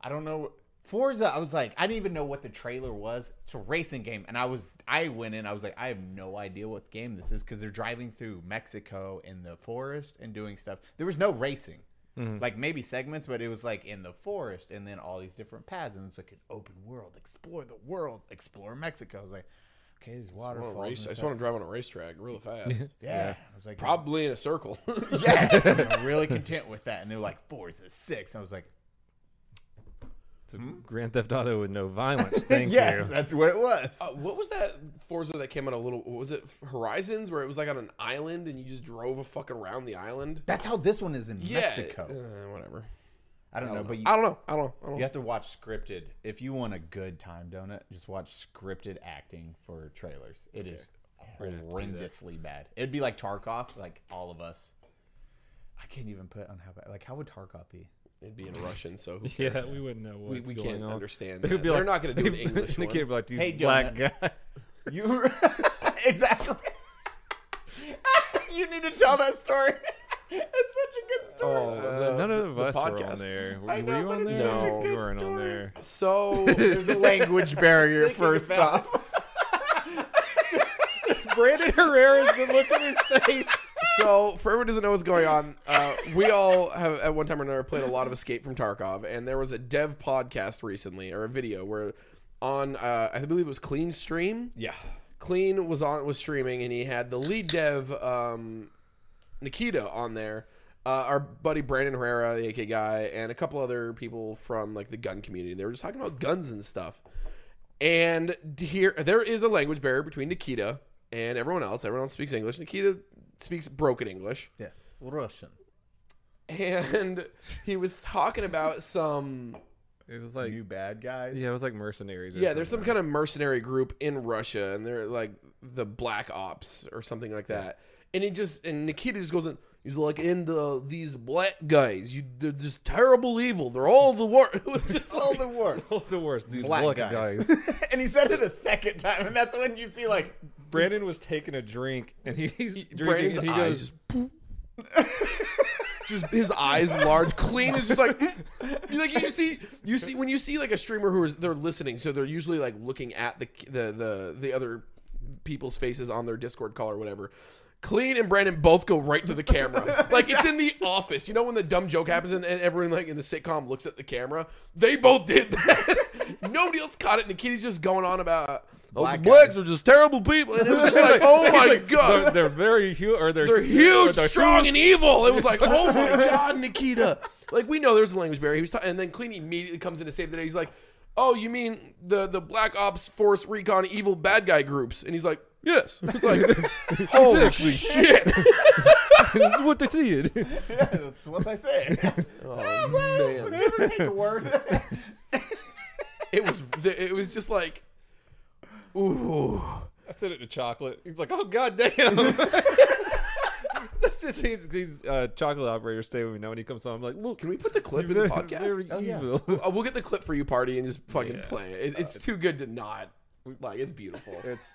D: I don't know. Forza, I was like, I didn't even know what the trailer was. It's a racing game, and I was, I went in, I was like, I have no idea what game this is because they're driving through Mexico in the forest and doing stuff. There was no racing, like maybe segments, but it was like in the forest and then all these different paths, and it's like an open world, explore the world, explore Mexico. I was like, okay, there's waterfalls.
A: I
D: and
A: just
D: stuff.
A: want to drive on a racetrack [LAUGHS] real fast
D: yeah. I was like, this-
A: probably in a circle [LAUGHS]
D: [LAUGHS] yeah, I'm really content with that. And they were like, Forza Six. I was like,
B: It's a Grand Theft Auto with no violence. Thank
D: yes,
B: you.
D: that's what it was.
A: Uh, what was that Forza that came out a little what was it Horizons where it was like on an island and you just drove a fuck around the island
D: That's how this one is in
A: yeah
D: Mexico.
A: uh, whatever
D: I don't know, but you,
A: I don't know I don't know I don't
D: you
A: know
D: have to watch scripted. If you want a good time donut, just watch scripted acting for trailers. It is horrendously bad. It'd be like Tarkov, like all of us. I can't even put on how bad. Like, how would Tarkov be?
A: it'd be in Russian so [LAUGHS] who cares
B: Yeah, we wouldn't know
A: we,
B: what's
A: we
B: going
A: can't
B: on.
A: understand
B: They'd
A: that.
B: be
A: they're not
B: like-
A: gonna [LAUGHS] do an English
B: they
A: one
B: can't be like these
D: Hey,
B: black
D: donut.
B: guys.
D: You [LAUGHS] exactly. [LAUGHS] you need to tell that story. [LAUGHS] it's such a good story.
A: Oh,
B: Uh,
A: the-
B: [LAUGHS] none of
A: the
B: us were
A: podcast.
B: on there. Were,
D: I
B: were
D: know,
B: you
D: but
B: on
D: it's
B: there?
A: such a
B: you
D: good
B: weren't on
D: story.
B: there.
A: [LAUGHS] so
D: There's a language barrier first
A: about
D: off.
B: Brandon Herrera's been looking his face.
A: so for everyone who doesn't know what's going on uh, we all have at one time or another played a lot of escape from tarkov and there was a dev podcast recently or a video where on uh, i believe it was clean stream
D: Yeah.
A: clean was on was streaming and he had the lead dev um, nikita on there uh, our buddy brandon herrera the ak guy and a couple other people from like the gun community they were just talking about guns and stuff and here, there is a language barrier between Nikita and everyone else. Everyone else speaks English. Nikita speaks broken English. [LAUGHS]
D: Yeah. Russian.
A: And he was talking about some.
B: It was like
D: You bad guys.
B: yeah, it was like mercenaries. Or
A: Yeah, there's some kind of mercenary group in Russia, and they're like the Black Ops or something like that. And he just and Nikita just goes in. He's like, in the these black guys, you they're just terrible evil. They're all the worst. [LAUGHS] It was just
D: All the worst.
B: All [LAUGHS] the worst, dude.
D: Black
B: black
D: guys.
B: guys.
D: [LAUGHS] and he said it a second time, and that's when you see like
B: Brandon was taking a drink, and he- he's
A: Brandon's
B: drinking, and he
A: eyes
B: goes,
A: just boop. [LAUGHS] just his eyes large. Clean is just like mm. you like you just see you see when you see like a streamer who is they're listening, so they're usually like looking at the the the the other people's faces on their Discord call or whatever. Clean and Brandon both go right to the camera. Like it's in the office. You know when the dumb joke happens and, and everyone like in the sitcom looks at the camera? They both did that. [LAUGHS] Nobody else caught it. Nikita's just going on about oh,
D: Black
A: the blacks
D: guys.
A: are just terrible people. And it was just like, oh my god.
B: they're, they're very huge, or they're,
A: They're huge,
B: they're
A: strong,
B: huge."
A: and evil. It was like, oh
B: [LAUGHS]
A: my god, Nikita. Like we know there's a language barrier. He was ta- and then Clean immediately comes in to save the day. He's like, oh, you mean the the Black Ops Force Recon evil bad guy groups? And he's like, yes. It's
B: [LAUGHS]
A: like, holy shit.
B: this is what they're seeing.
D: yeah, that's what they [LAUGHS] say.
A: oh man,
D: Never take a [LAUGHS] word.
A: it was it was just like, ooh.
B: I sent it to Chocolate. He's like, oh god damn. [LAUGHS] That's just he's, he's, uh, chocolate operator stay with me now. When he comes home, I'm like, look,
A: Can we put the clip in the podcast?
B: [LAUGHS] Very
D: yeah.
B: evil.
A: Uh, we'll get the clip for you, party, and just fucking
B: Yeah. Uh,
A: play it. it. It's too good to not. Like it's beautiful.
B: [LAUGHS] It's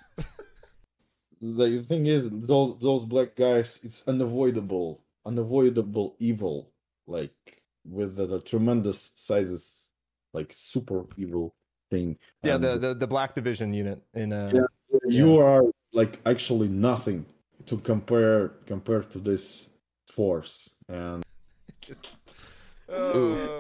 F: the thing is those those black guys it's unavoidable unavoidable evil like with the, the tremendous sizes like super evil thing
G: Yeah, the,
F: And
G: the the Black Division unit in uh,
F: Yeah. you are like actually nothing to compare compared to this force and
B: oh,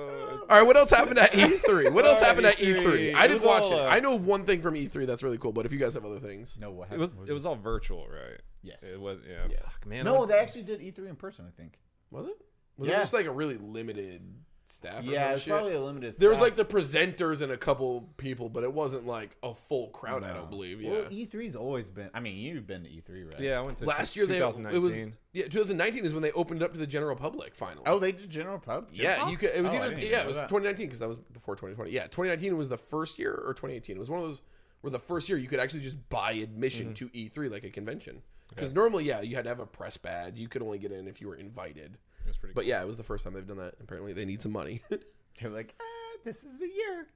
A: All right, what else happened at E3? What else
B: All right,
A: happened at
B: E3.
A: E3? I
B: It
A: didn't
B: was
A: watch
B: all,
A: it.
B: uh,
A: I know one thing from E3 that's really cool, but if you guys have other things,
D: No, what
B: It
D: happened?
B: was it was all virtual, right?
D: yes.
B: It was yeah.
A: Yeah.
B: Fuck man. I
D: no,
B: would-
D: they actually did E3 in person. I think.
A: was it? Was it
D: Yeah.
A: just like a really limited staff? Or
D: Yeah,
A: some
D: it was
A: shit?
D: probably a limited.
A: There was like
D: staff.
A: the presenters and a couple people, but it wasn't like a full crowd. I
D: No.
A: don't believe. Yeah.
D: Well, E E3's always been. I mean, you've been to E3, right?
B: yeah. I went to
A: Last
B: t-
A: year they it
B: 2019.
A: was yeah 2019 is when they opened it up to the general public finally.
D: Oh, they did general pub. General
A: yeah,
D: Pub?
A: you could. It was
D: Oh, I
A: either
D: didn't even
A: yeah,
D: know
A: it was
D: that.
A: 2019 because that was before 2020. Yeah, 2019 was the first year or 2018. It was one of those where the first year you could actually just buy admission
B: Mm-hmm.
A: to E3 like a convention. Because normally, yeah, you had to have a press badge. You could only get in if you were invited.
B: It was pretty.
A: But yeah, it was the first time they've done that. Apparently, they need some money. [LAUGHS]
D: They're like, ah, this is the year.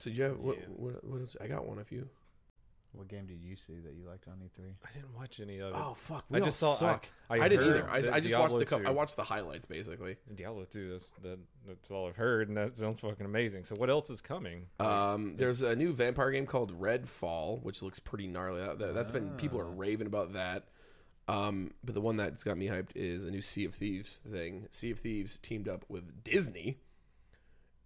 A: so yeah, what,
B: Yeah.
A: what what else? I got one of you.
D: What game did you see that you liked on E E3?
B: I didn't watch any of it.
A: Oh fuck,
B: I
A: we all
B: just saw- I-
A: suck. I,
B: I
A: didn't
B: heard
A: either. I,
B: that
A: I just watched
B: Diablo
A: the co- I
B: 2
A: watched the highlights basically.
B: Diablo 2, that's, that, that's all I've heard, and that sounds fucking amazing. So, what else is coming?
A: Um, there's a new vampire game called Redfall, which looks pretty gnarly. That, that, has been people are raving about that. Um, but the one that's got me hyped is a new Sea of Thieves thing. Sea of Thieves teamed up with Disney,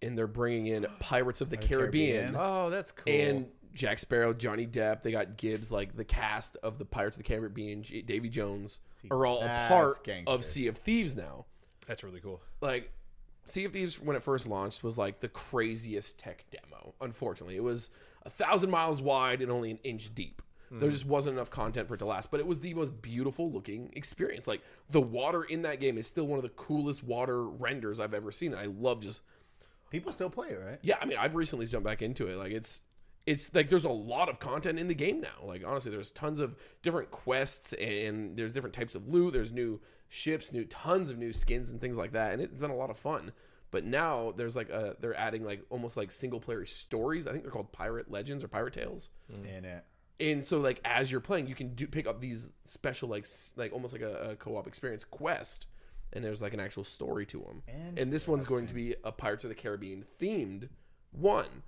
A: and they're bringing in Pirates of the Caribbean,
D: Caribbean.
B: Oh, that's cool.
A: and Jack Sparrow, Johnny Depp. They got Gibbs, like the cast of the Pirates of the Caribbean, J- Davy Jones, are all a
D: that's
A: part
D: gangster.
A: of Sea of Thieves now
B: that's really cool.
A: like Sea of Thieves when it first launched was like the craziest tech demo. Unfortunately, it was a thousand miles wide and only an inch deep. There just wasn't enough content for it to last, but it was the most beautiful looking experience. Like the water in that game is still one of the coolest water renders I've ever seen. I love just
D: People still play it, right?
A: yeah. I mean, I've recently jumped back into it. Like it's it's like there's a lot of content in the game now. Like honestly, there's tons of different quests and there's different types of loot. There's new ships, new tons of new skins and things like that, and it's been a lot of fun. But now there's like a they're adding like almost like single player stories. I think they're called Pirate Legends or Pirate Tales
D: In it.
A: and so like as you're playing you can do pick up these special like s- like almost like a, a co-op experience quest and there's like an actual story to them and this one's going to be a pirates of the caribbean themed one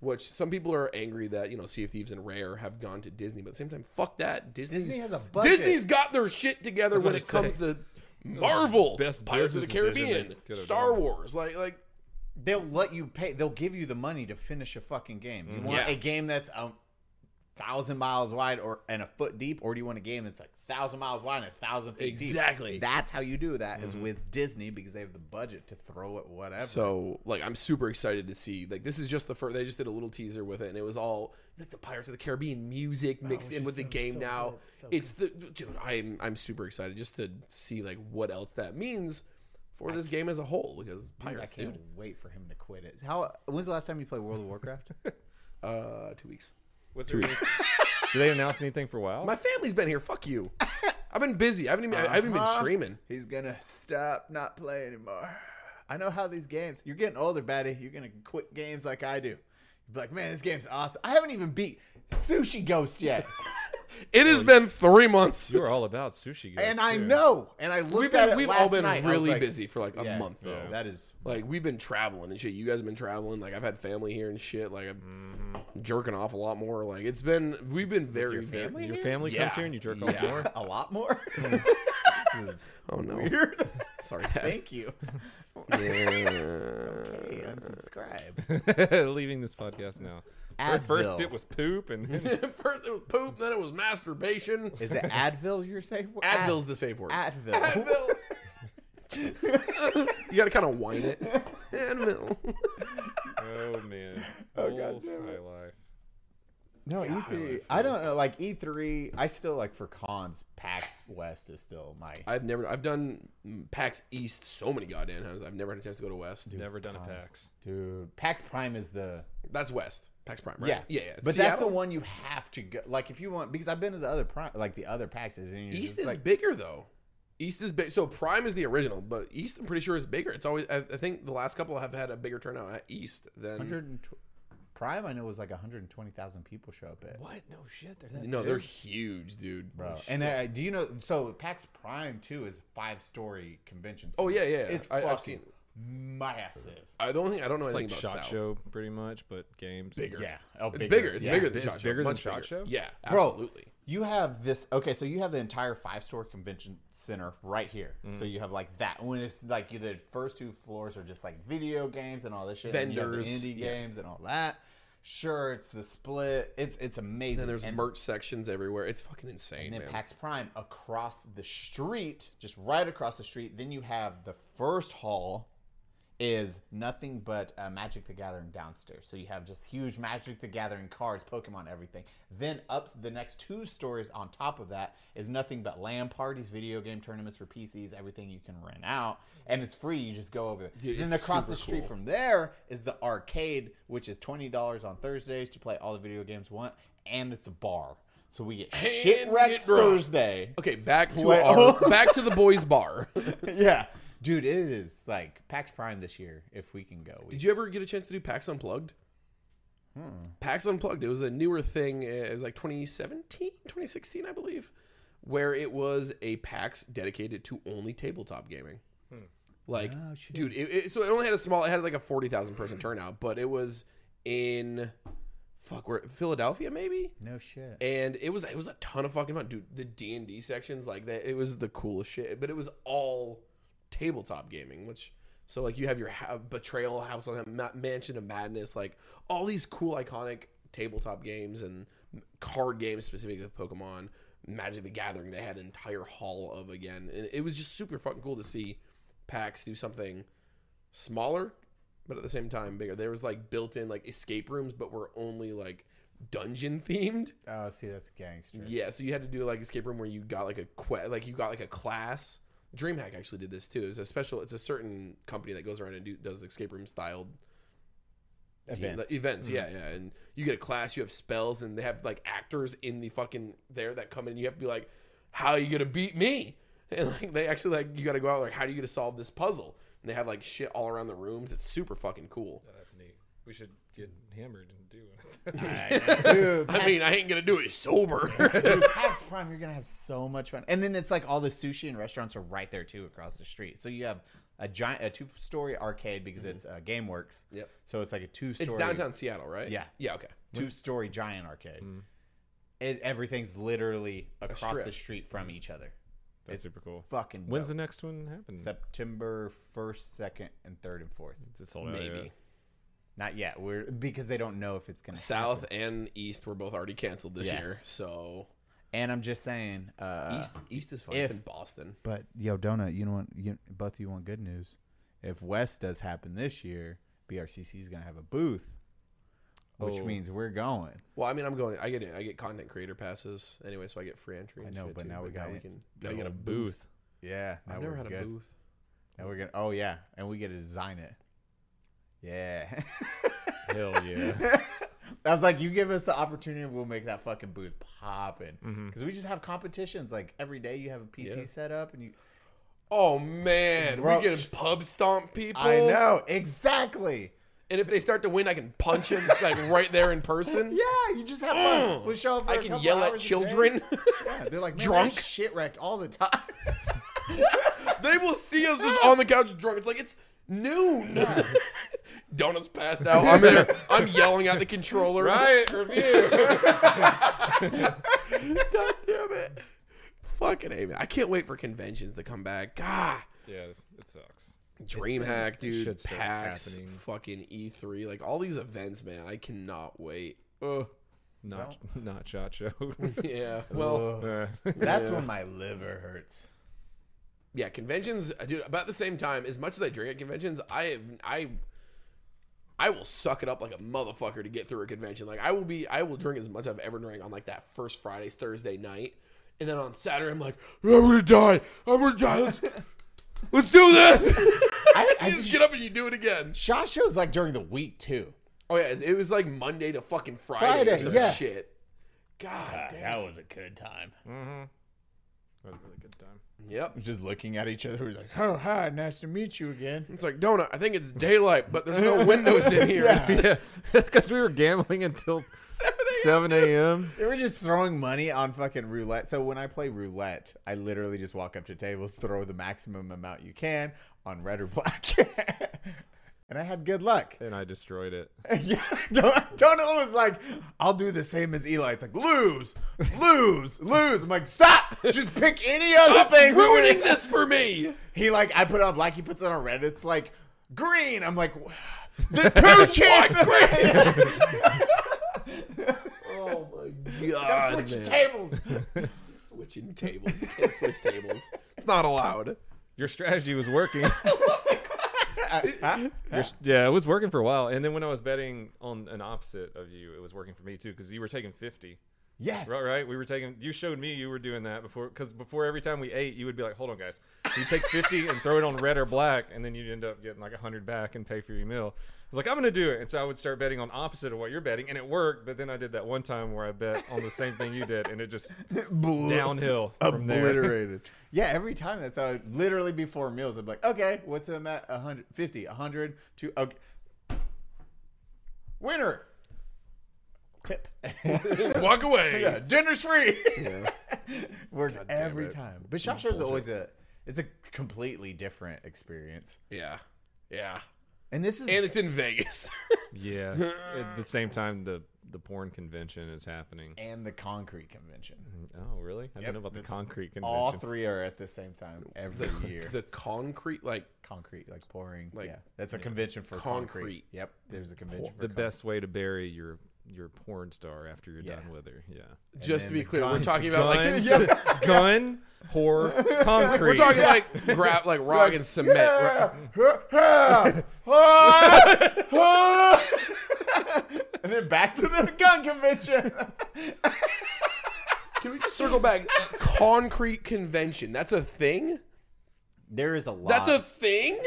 A: which some people are angry that you know sea of thieves and rare have gone to disney but at the same time fuck that disney's,
D: Disney has a budget.
A: disney's got their shit together when
B: what
A: it
B: I
A: comes to marvel
B: Best
A: pirates of the
B: business decision
A: caribbean
B: they could have
A: star
B: done.
A: wars like like
D: They'll let you pay. They'll give you the money to finish a fucking game. You want
A: Mm-hmm. Yeah.
D: a game that's a thousand miles wide or and a foot deep, or do you want a game that's like thousand miles wide and a thousand feet deep?
A: Exactly. Mm-hmm.
D: That's how you do that. Is with Disney because they have the budget to throw at whatever.
A: So like I'm super excited to see like this is just the first they just did a little teaser with it and it was all like the Pirates of the Caribbean music mixed in with the game now. it's the dude I'm I'm super excited just to see like what else that means for this game as a whole because
D: Dude, I
A: Pirates
D: can't
A: dude
D: wait for him to quit it. How? When's the last time you played World of Warcraft?
A: uh 2 weeks.
B: What's there, do they announce anything for WoW?
A: My family's been here, fuck [LAUGHS] you. I've been busy. I haven't even [LAUGHS] I haven't been
D: Uh-huh.
A: streaming.
D: He's gonna stop not play anymore. I know how these games. You're getting older, baddie. You're gonna quit games like I do. You'll be like, man, this game's awesome. I haven't even beat Sushi Ghost yet,
A: It has been 3 months.
B: you are all about sushi guys.
D: and I
B: too.
D: know. And I looked
A: We've
D: at
A: been
D: it
A: we've
D: last
A: all been
D: night, I was
A: really
D: like,
A: busy for like a
D: yeah,
A: month though.
D: yeah, That is
A: like we've been traveling and shit. You guys have been traveling. Like I've had family here and shit. Like I'm
D: Mm-hmm.
A: jerking off a lot more. Like it's been we've been very very-
B: Your family
A: Yeah.
B: comes here and you jerk
A: Yeah.
B: off more?
D: a
A: [LAUGHS]
D: lot more. this [LAUGHS] is
A: Oh no,
D: weird.
A: sorry.
D: Thank you.
A: [LAUGHS] Yeah.
D: Hey,
B: [LAUGHS]
D: unsubscribe. [LAUGHS]
B: Leaving this podcast now. At
D: Advil.
B: First, it was poop, and
D: [LAUGHS]
B: then
A: First it was poop, then it was masturbation.
D: Is it Advil? You're saying
A: [LAUGHS] Advil's the safe word.
D: Advil.
A: Advil. [LAUGHS] you gotta kind of whine it. Advil.
B: oh man,
D: Oh,
B: Whole
D: God damn
B: high
D: it.
B: life.
D: [LAUGHS] No, E3. I don't know. Like E3, I still like for cons. PAX West is still my.
A: I've never I've done PAX East so many goddamn times. I've never had a chance to go to West.
B: Never done a PAX.
D: Dude, PAX Prime is the
A: That's West. PAX Prime, right?
D: yeah
A: yeah. yeah.
D: But that's the
A: Seattle?
D: one you have to go. Like if you want, because I've been to the other prime, like the other PAXes. And you're
A: East
D: just
A: is
D: like,
A: bigger though. East is big. So Prime is the original, but East I'm pretty sure is bigger. It's always I, I think the last couple have had a bigger turnout at East than
D: 120 Prime. I know was like 120,000 people show up at.
B: What? No shit. They're that
A: no,
B: big?
A: they're huge, dude.
D: Bro, and uh, do you know? So PAX Prime too is five story convention.
A: Oh, yeah,
D: center.
A: yeah, yeah.
D: It's
A: I- I've
D: fucking
A: seen
D: massive.
A: I don't think I don't know
B: It's like
A: anything about
B: shot
A: South.
B: show, pretty much, but games
A: Bigger.
D: Yeah, oh,
A: It's bigger. It's
D: yeah.
A: bigger than
B: It's
A: shot show.
B: bigger than
A: Much
B: Shot Show?
A: Yeah,
D: Bro,
A: absolutely.
D: you have this okay so you have the entire five store convention center right here
A: Mm.
D: so you have like that when it's like you the first two floors are just like video games and all this shit and you have the
A: Vendors,
D: indie
A: yeah.
D: games and all that shirts the split it's it's amazing
A: And there's
D: And-
A: merch sections everywhere. It's fucking insane,
D: and then
A: man.
D: PAX Prime across the street, just right across the street. Then you have the first hall is nothing but uh, Magic the Gathering downstairs. So you have just huge Magic the Gathering cards, Pokemon, everything. Then up the next two stories on top of that is nothing but LAN parties, video game tournaments for PCs, everything you can rent out, and it's free. You just go over there.
A: Dude,
D: then
A: it's
D: across the
A: super
D: street
A: cool.
D: from there is the arcade, which is twenty dollars on Thursdays to play all the video games you want, and it's a bar. So we get shit
A: And
D: wrecked
A: get drunk.
D: Thursday.
A: Okay, back to
D: Wait,
A: our
D: oh.
A: back to the boys bar.
D: [LAUGHS]
A: [LAUGHS]
D: yeah, dude, it is like PAX Prime this year. If we can go, we
A: Did you ever get a chance to do PAX Unplugged? PAX Unplugged. It was a newer thing. uh, It was like 2017, 2016, I believe, where it was a PAX dedicated to only tabletop gaming. Like, dude, it, it- so it only had a small. It had like a 40,000 person turnout, but it was in fuck, where Philadelphia maybe.
D: no shit.
A: and it was it was a ton of fucking fun, dude. The D and D sections like that, it was the coolest shit. But it was all tabletop gaming, which so like you have your ha- Betrayal, House on Ma- Mansion of Madness, like all these cool iconic tabletop games and card games specific to Pokemon, Magic the Gathering. They had an entire hall of again, and it was just super fucking cool to see PAX do something smaller but at the same time bigger there was like built-in like escape rooms but were only like dungeon themed
D: Oh, see, that's gangster.
A: yeah, so you had to do like escape room where you got like a que- like you got like a class. DreamHack actually did this too. It's a special. It's a certain company that goes around and do, does escape room styled
D: Events.
A: events. Yeah, yeah. And you get a class. You have spells, and they have like actors in the fucking there that come in. And you have to be like, how are you gonna beat me? [LAUGHS] And like they actually like you got to go out like, how are you gonna solve this puzzle? And they have like shit all around the rooms. It's super fucking cool.
B: That's neat. We should get hammered and
A: [LAUGHS]
B: do
D: [LAUGHS] Dude,
A: I mean, I ain't gonna do it sober. [LAUGHS]
D: Dude, PAX Prime, you're gonna have so much fun. And then it's like all the sushi and restaurants are right there too, across the street. So you have a giant, a two-story arcade because it's uh, GameWorks.
A: Mm-hmm. Yep.
D: So it's like a two-story.
A: it's downtown Seattle, right?
D: Yeah.
A: Yeah. Okay.
D: two-story giant arcade. It, everything's literally across
A: strip. Mm-hmm.
D: the street from each other.
B: That's super cool.
D: Fucking.
B: When's
D: dope.
B: the next one happen?
D: September first, second, and third, and fourth.
B: It's sold out
A: Maybe.
B: yet.
D: Not yet. We're because they don't know if it's gonna.
A: South and East were both already canceled this
D: Yes.
A: year. So
D: And I'm just saying. Uh,
A: East East is fun.
D: if-
A: it's in Boston.
D: But yo, donut, you know what? You, both of you want good news. If West does happen this year, BRCC is gonna have a booth, which
B: Oh.
D: means we're going.
A: Well, I mean, I'm going. I get it. I get content creator passes anyway, so I get free entry.
D: I
A: And
D: know,
A: shit
D: but
A: too,
D: now we got
A: we
D: it.
A: can.
B: Got
A: Now you
B: a
A: got a
B: little
A: booth.
D: Yeah, now
A: I've
D: we're
A: never had a
D: good.
A: booth.
D: Now we're gonna. Oh yeah, and we get to design it. Yeah.
B: [LAUGHS]
D: [LAUGHS]
B: Hell yeah.
D: I was like, you give us the opportunity, we'll make that fucking booth poppin'. Because we just have competitions like every day. You have a PC
A: Mm-hmm. Yeah.
D: set up, and you.
A: Oh man,
D: Bro,
A: we get to pub stomp people.
D: I know exactly.
A: And if they start to win, I can punch them like right there in person.
D: [LAUGHS] Yeah, you just have fun.
A: Mm.
D: We'll show up for
A: I
D: a
A: can
D: couple
A: yell at
D: hours a [LAUGHS]
A: children.
D: day. Yeah, they're like "Man,
A: Drunk.
D: they're shit wrecked all the time.
A: They will see us just on the couch drunk. It's like it's
B: [LAUGHS]
A: noon. Donuts passed out. I'm there. I'm yelling at the controller. [LAUGHS]
B: Riot review.
A: God damn it. Fucking A, man. I can't wait for conventions to come back. God.
B: [LAUGHS] yeah, it sucks.
A: DreamHack, dude.
B: shit's still
A: PAX,
B: happening.
A: fucking E3. Like all these events, man. I cannot wait. Ugh.
B: Not [LAUGHS] not shot show. [LAUGHS]
A: Yeah. Well,
B: Uh,
D: That's when my liver
A: [LAUGHS]
D: hurts.
A: yeah, conventions, dude, about the same time, as much as I drink at conventions, I have I I will suck it up like a motherfucker to get through a convention. Like I will be I will drink as much as I've ever drank on like that first Friday, Thursday night. And then on Saturday I'm like, I'm gonna die. I'm gonna die. Let's, let's do this.
D: I, I
A: you just get up and you do it again.
D: Shot shows like during the week too.
A: Oh yeah, it it was like Monday to fucking Friday, or
D: Friday,
A: some
D: yeah.
A: shit. God damn.
D: that was a good time.
B: that was a really good [LAUGHS] time.
A: Yep.
D: Just looking at each other, we're like, "Oh hi, nice to meet
A: [LAUGHS]
D: you again."
A: It's like donut. I think it's daylight, but there's no windows in here. It's [LAUGHS]
B: [LAUGHS] Yeah, because we were gambling until 7 a.m.
D: They were just throwing money on fucking roulette. So when I play roulette, I literally just walk up to tables, throw the maximum amount you can on red or black. [LAUGHS] and I had had good luck.
B: and I destroyed it.
D: [LAUGHS] yeah, Don- Donald was like, I'll do the same as Eli. It's like, lose, lose, lose. I'm like, stop. Just pick any other thing. [LAUGHS]
A: Ruining this for me.
D: He like, I put it on black. He puts it on red. It's like, green. I'm like, the [LAUGHS] two [LAUGHS] chances.
A: Oh my
D: I'm
A: god.
D: switching
A: man.
D: tables.
A: Switching tables. You can't switch tables. It's not allowed.
B: Your strategy was [LAUGHS] working. Oh Your s- yeah, it was working for a while, and then when I was betting on an opposite of you, it was working for me too because you were taking fifty.
D: Yes.
B: Right, right. We were taking. You showed me you were doing that before, because before every time we ate, you would be like, "Hold on, guys, you take fifty and throw it on red or black, and then you'd end up getting like hundred back and pay for your meal." I was like, "I'm gonna do it," and so I would start betting on opposite of what you're betting, and it worked. But then I did that one time where I bet on the same thing you did, and it just
D: Bl-
B: downhill from there.
D: obliterated. [LAUGHS] yeah, every time that's how. it- Literally before meals, I'm like, okay, what's the amount? 150, 100, two. Okay. Winner. Tip. [LAUGHS]
A: Walk away. [LAUGHS]
D: yeah, dinner's free. Worked every
A: it.
D: time. But shot show's always a. It's a completely different experience.
A: Yeah. Yeah.
D: And this is
A: And it's in Vegas. [LAUGHS]
B: Yeah. At the same time, the the porn convention is happening.
D: and the concrete convention.
A: Mm-hmm.
B: Oh, really? I didn't know about the
D: It's
B: concrete convention.
D: All three are at the same time every year.
A: the concrete, like,
D: concrete, like pouring.
A: Like-
D: yeah, that's a convention for concrete.
A: Concrete.
D: Yep, there's a convention for
B: the
D: concrete.
B: best way to bury your your porn star after you're
D: Yeah.
B: done with her. Yeah.
A: just
D: then
A: to be
D: the
A: clear, we're
D: guns-
A: talking about like
B: Guns,
A: s-
B: [LAUGHS] gun, whore, concrete.
A: [LAUGHS] we're talking like grab [LAUGHS] like rock and cement. Right?
D: [LAUGHS] and then back to
A: [LAUGHS]
D: the gun convention.
A: Can we just circle back? concrete convention. That's a thing.
D: There is a lot.
A: That's a thing.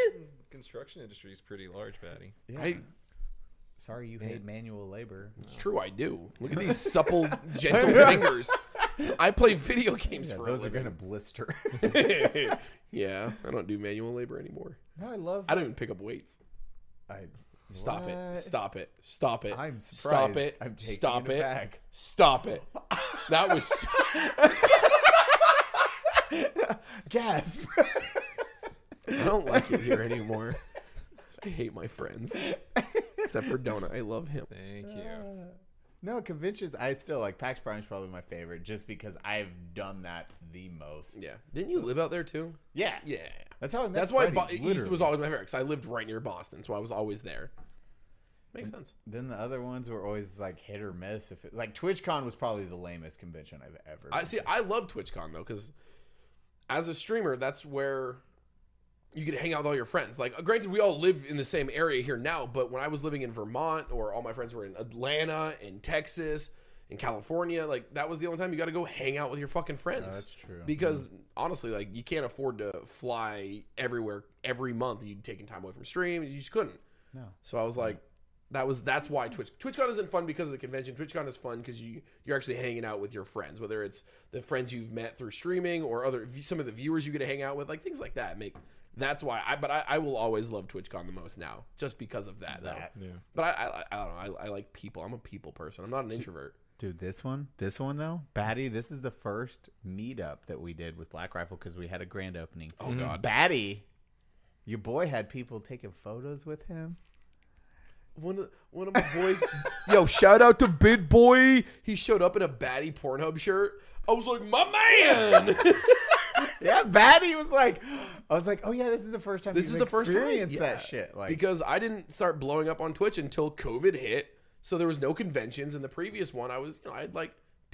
B: construction industry is pretty large, Patty.
A: I,
D: Sorry, you hate manual labor.
A: it's true. I do. Look
D: [LAUGHS]
A: at these supple, gentle fingers. I play video games
D: Yeah,
A: for
D: those
A: a
D: are
A: living.
D: gonna blister.
A: [LAUGHS] Yeah, I don't do manual labor anymore.
D: no, I love.
A: I don't even pick up weights.
D: I-
A: Stop it!
D: What? [LAUGHS]
A: Stop it! Stop it!
D: I'm
A: Stop
D: surprised.
A: it!
D: I'm taking
A: Stop
D: it
A: it!
D: back.
A: Stop it! That was
D: [LAUGHS]
A: so-
D: Gasp.
A: I don't like it here anymore. I hate my friends, except for Dona. I love him.
B: Thank
A: Uh.
B: you.
D: [LAUGHS] no conventions. I still like PAX Prime's probably my favorite, just because I've done that the most.
A: Yeah. Didn't you live out there too?
D: Yeah,
A: Yeah.
D: That's how I met.
A: That's why
D: Freddie,
A: Bo- East
D: literally.
A: was always my favorite because I lived right near Boston, so I was always there.
D: Mm.
A: Makes sense.
D: Then the other ones were always like hit or miss. If it, like TwitchCon was probably the lamest convention I've ever.
A: I
D: been
A: see. I love TwitchCon though, because as a streamer, that's where you could hang out with all your friends. Like, uh, granted, we all live in the same area here now, but when I was living in Vermont, or all my friends were in Atlanta, in Texas, in California, like that was the only time you got to go hang out with your fucking friends.
D: that's true.
A: Because honestly, like you can't afford to fly everywhere every month. You taking time away from stream, you just couldn't.
D: No.
A: So I was like. That was that's why Twitch TwitchCon isn't fun because of the convention. TwitchCon is fun because you you're actually hanging out with your friends, whether it's the friends you've met through streaming or other some of the viewers you get to hang out with, like things like that. Make that's why I but I, I will always love TwitchCon the most now just because of that. Though.
D: That.
B: Yeah.
A: But I, I I don't know I, I like people. I'm a people person. I'm not an introvert.
D: Dude, this one, this one though, Batty. This is the first meetup that we did with Black Rifle because we had a grand opening. Oh
A: God.
D: Batty, your boy had people taking photos with him.
A: One of one of my boys, [LAUGHS] yo, shout out to Big Boy. He showed up in a batty Pornhub shirt. I was like, my
D: [LAUGHS]
A: man.
D: Yeah, Batty was like, I was like, oh yeah, this is the first time
A: This
D: you've
A: is the first time,
D: experienced
A: yeah.
D: that shit. Like,
A: because I didn't start blowing up on Twitch until COVID hit. So there was no conventions. And the previous one, I was, you know, I had like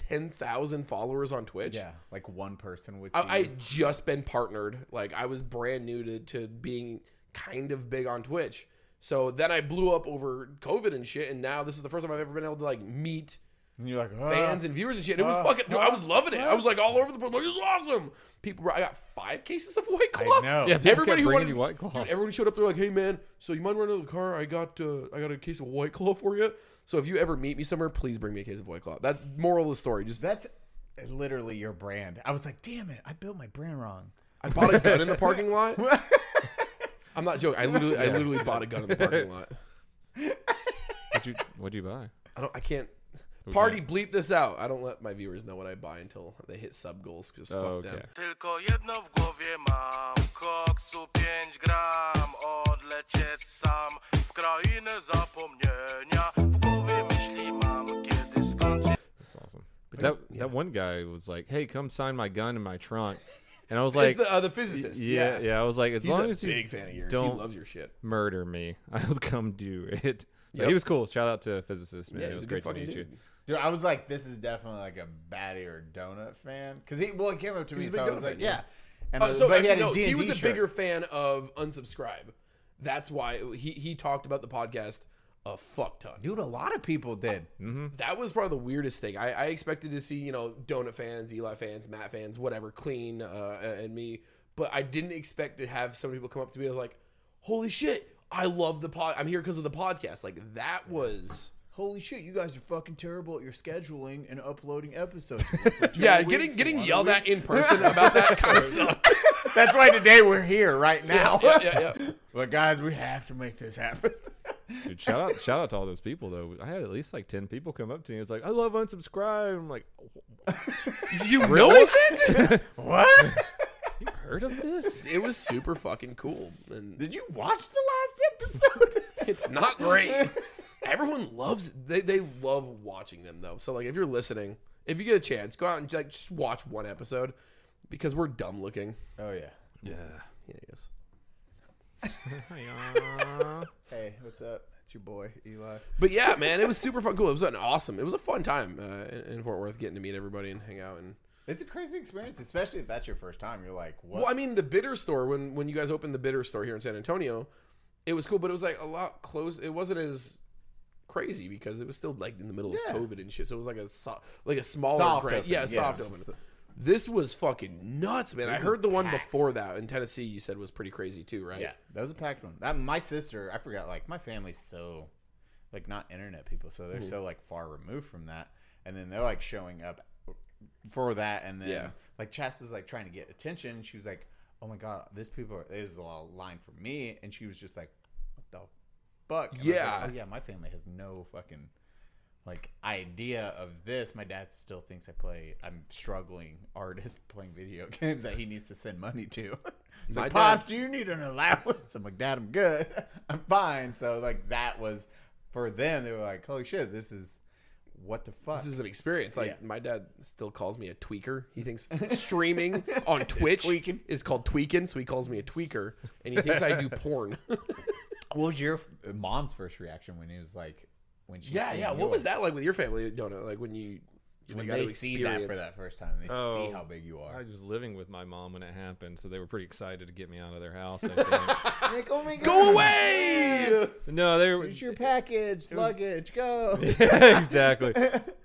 A: 10,000 followers on Twitch.
D: yeah, like one person would. See
A: I, I had just been partnered. Like I was brand new to, to being kind of big on Twitch. So then I blew up over COVID and shit. And now this is the first time I've ever been able to like meet
D: and you're like, ah.
A: fans and viewers and shit. It was
D: Uh,
A: fucking, dude, I was
D: uh,
A: loving it. I was like all over the place. Like, this is awesome. People, were- I got five cases of White Claw.
D: know.
B: Yeah,
D: Yeah,
B: people
A: everybody who wanted
B: you white claw.
A: Dude, everyone showed up. They're like, "Hey, man, so you mind running to the car? I got uh, I got a case of White Claw for you. So if you ever meet me somewhere, please bring me a case of White Claw." That moral of the story. Just
D: That's literally your brand. I was like, damn it, I built my brand wrong.
A: I bought a gun in
D: [LAUGHS]
A: the parking lot. I'm not joking. I literally I literally bought a gun in the parking lot.
B: what'd, you, what'd you buy?
A: I don't. I can't. Party bleep this out. I don't let my viewers know what I buy until they hit sub goals because fuck
B: Oh, okay.
A: them.
E: Tylko jedno w głowie mam Koksu 5 gram Odlecieć sam W krainy zapomnienia. W głowie myśli mam, kiedy skończy.
B: That's awesome. But that that one guy was like, "Hey, come sign my gun in my trunk,"
A: [LAUGHS]
B: and I was
A: Like,
B: like,
A: it's the, uh, the physicist.
B: yeah,
A: Yeah,
B: yeah, I was like, as
A: He's
B: long
A: a
B: as you
A: big fan of yours.
B: don't
A: he loves your shit.
B: murder me, [LAUGHS] I will come do it." But
A: Yep.
B: he was cool. Shout out to physicist man.
A: Yeah,
B: it
A: he's
B: was
A: a good
B: great to
A: fucking
B: meet you.
A: dude.
D: Dude, I was like, this is definitely like a Batty or Donut fan. Because he, well, it came up to me,
A: He's a
D: so
A: big
D: I was
A: Donut
D: like,
A: fan,
D: yeah.
A: yeah.
D: And I
A: Oh,
D: was,
A: so
D: Uh, but he
A: actually,
D: had
A: no,
D: a D&D
A: he was a
D: shirt.
A: bigger fan of unsubscribe. That's why he he talked about the podcast a fuck ton.
D: Dude, a lot of people did.
A: That was probably the weirdest thing. I, I expected to see you know donut fans, Eli fans, Matt fans, whatever, clean uh, and me, but I didn't expect to have some people come up to me and was like, "Holy shit, I love the pod. I'm here because of the podcast." Like that was.
D: Holy shit, you guys are fucking terrible at your scheduling and
A: [LAUGHS]
D: uploading episodes.
A: Yeah, getting getting yelled at in person about that [LAUGHS] kind of sucked.
D: That's why today we're here right now.
A: Yeah, yeah, yeah.
D: But guys, we have to make this happen.
B: Dude, shout out, shout out to all those people though. I had at least like ten people come up to me. It's like, I love unsubscribe. I'm like,
A: [LAUGHS] You
B: Really?
A: know it?
D: what? [LAUGHS]
B: you heard of this?
A: it was super fucking cool, and
D: Did you watch the last [LAUGHS] episode?
A: it's [LAUGHS] not great. Everyone loves they they love watching them though. So like if you're listening, if you get a chance, go out and like just watch one episode because we're dumb looking.
D: oh yeah.
B: Yeah.
A: Yeah, yes.
D: Hey, what's up? It's your boy Eli.
A: But yeah, man, it was super fun. Cool. It was an awesome. It was a fun time uh, in- in Fort Worth getting to meet everybody and hang out and
D: It's a crazy experience, especially if that's your first time. You're like, what?
A: Well, I mean, the bitter store when when you guys opened the bitter store here in San Antonio, it was cool, but it was like a lot close. It wasn't as crazy because it was still like in the middle
D: Yeah.
A: of COVID and shit. So it was like a so, like a smaller
D: Soft
A: grand,
D: opening,
A: yeah,
D: yeah.
A: soft
D: S-
A: open. This was fucking nuts, man. I heard the one before that in Tennessee. You said was pretty crazy too, right?
D: yeah, that was a packed one. That my sister, I forgot. Like my family's so, like not internet people, so they're so like far removed from that. And then they're like showing up for that, and then
A: Yeah.
D: like Chas is like trying to get attention. And she was like, "Oh my god, this people are, there's a lot of line for me," and she was just like, "What the fuck?" And I was like,
A: Yeah.
D: oh yeah, my family has no fucking like idea of this. My dad still thinks I play. I'm struggling [LAUGHS] artist playing video [LAUGHS] games that he needs to send money to. [LAUGHS] He's
A: My
D: like,
A: dad-
D: Pops, do you need an allowance? I'm like, Dad, I'm good. [LAUGHS] I'm fine. So like that was for them. They were like, Holy shit, this is what the fuck.
A: This is an experience. Like
D: Yeah.
A: my dad still calls me a tweaker. He thinks streaming
D: [LAUGHS]
A: on Twitch is called tweaking, so he calls me a tweaker, and he thinks I do porn. [LAUGHS]
D: what was your f- uh, mom's first reaction when he was like, when she
A: Yeah,
D: seen
A: yeah.
D: yours?
A: What was that like with your family? Don't know. Like when you you
D: When
A: got
D: they
A: to
D: see that for
A: experience-
D: that first time, they
B: Oh.
D: see how big you
B: I
D: are.
B: was living with my mom when it happened, so they were pretty excited to get me out of their house. I [LAUGHS] think.
D: Like, oh my god,
A: Go away!
B: no, they were
D: Here's [LAUGHS] your package, luggage,
A: [LAUGHS]
D: go.
B: [LAUGHS] exactly.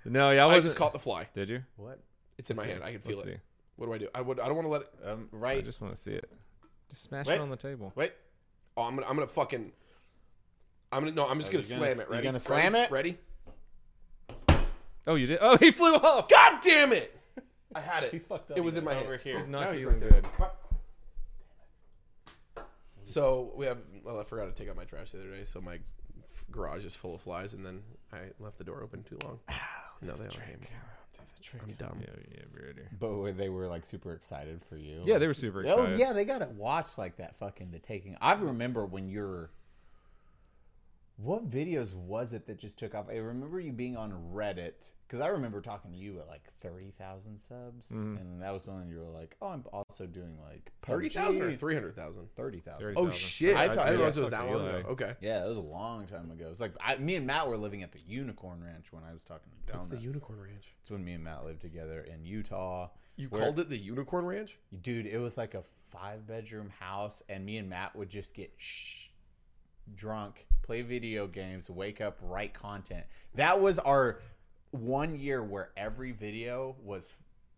B: No, yeah, I
A: I
B: was
A: just caught the fly.
B: Did you?
D: What?
A: It's in my hand. I can feel
B: Let's
A: it.
B: see.
A: What do I do? I would. I don't want to let it.
D: Um,
B: I
D: right.
B: just want to see it. Just smash
D: Wait.
B: it on the table.
D: Wait.
A: Oh, I'm gonna. I'm gonna fucking. I'm gonna. No, I'm just
D: Are
A: gonna,
D: you gonna-
A: slam it.
D: you
A: Ready?
D: gonna slam
A: Ready?
D: it?
A: Ready?
B: Oh, you did? Oh, [LAUGHS] he flew off.
A: God damn it! I had it. It was in my hand.
B: He's not
D: No, he's
B: feeling
D: right
B: good.
A: So we have. Well, I forgot to take out my trash the other day, so my f- garage is full of flies, and then I left the door open too long. no, they don't. I'm dumb.
B: Yeah, yeah, weirder.
D: But where they were like super excited for you.
B: Yeah, they were super
D: Oh
B: excited.
D: yeah, they gotta watch like that fucking the taking. I remember when you're. What videos was it that just took off? I remember you being on Reddit because I remember talking to you at like thirty thousand subs, and that was when you were like, "Oh, I'm also doing like
A: Thirty thousand or
D: PUBG."
A: three hundred thousand?
D: 30,000.
A: Oh
B: 30,000.
A: shit! I,
D: I
A: thought-
D: talked-
A: I didn't realize
B: yeah,
A: it was that
B: I talked to
A: long
B: Eli.
A: ago. Okay.
D: Yeah, that was a long time ago. It's like I, me and Matt were living at the Unicorn Ranch when I was talking to
A: What's
D: Donut.
A: the Unicorn Ranch?
D: it's when me and Matt lived together in Utah.
A: You
D: where-
A: called it the Unicorn Ranch?
D: dude it was like a five bedroom house and me and matt would just get sh- drunk play video games wake up write content that was our one year where every video was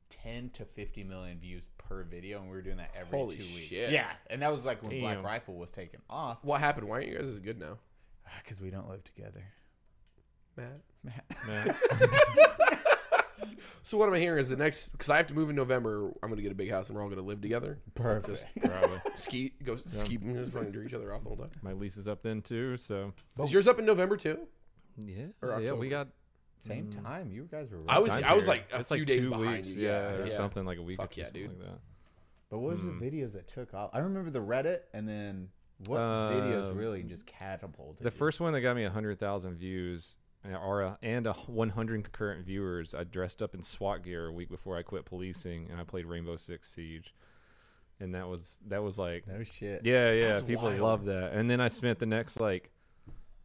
D: 10 to 50 million views per video and we were doing that every
A: Holy
D: two
A: shit.
D: weeks yeah and that was like when black
B: Damn.
D: rifle was taken off [SIGHS]
A: What happened? Why aren't you guys as good now,
D: because we don't live together
A: Matt?
D: matt
B: Man,
A: So what I'm hearing is the next because I have to move in November. I'm gonna get a big house and we're all gonna live together.
D: perfect
B: probably.
A: Ski go ski just running each other off the whole time.
B: My lease is up then too, so
A: Is yours up in November too?
B: yeah,
A: Or
B: yeah.
A: October.
B: We got.
D: [LAUGHS] same time you guys were
A: I
D: right.
A: was
B: time
A: I was
B: period.
A: like a
B: It's
A: few
B: like
A: days
B: two
A: behind
B: weeks,
A: you.
B: Yeah,
A: Yeah,
B: or
A: yeah.
B: something like a week.
A: Fuck
B: or two,
A: yeah,
B: something
A: dude.
B: Like that.
D: But what was the videos that took off? I remember the Reddit and then What videos
B: Um,
D: really just catapulted?
B: The
D: you?
B: first one that got me 100,000 views and- or uh, and a 100 concurrent viewers, I dressed up in SWAT gear a week before I quit policing and I played Rainbow Six Siege. And that was that was like
D: No shit.
B: yeah, yeah,
A: That's
B: people
A: wild.
B: love that. And then I spent the next like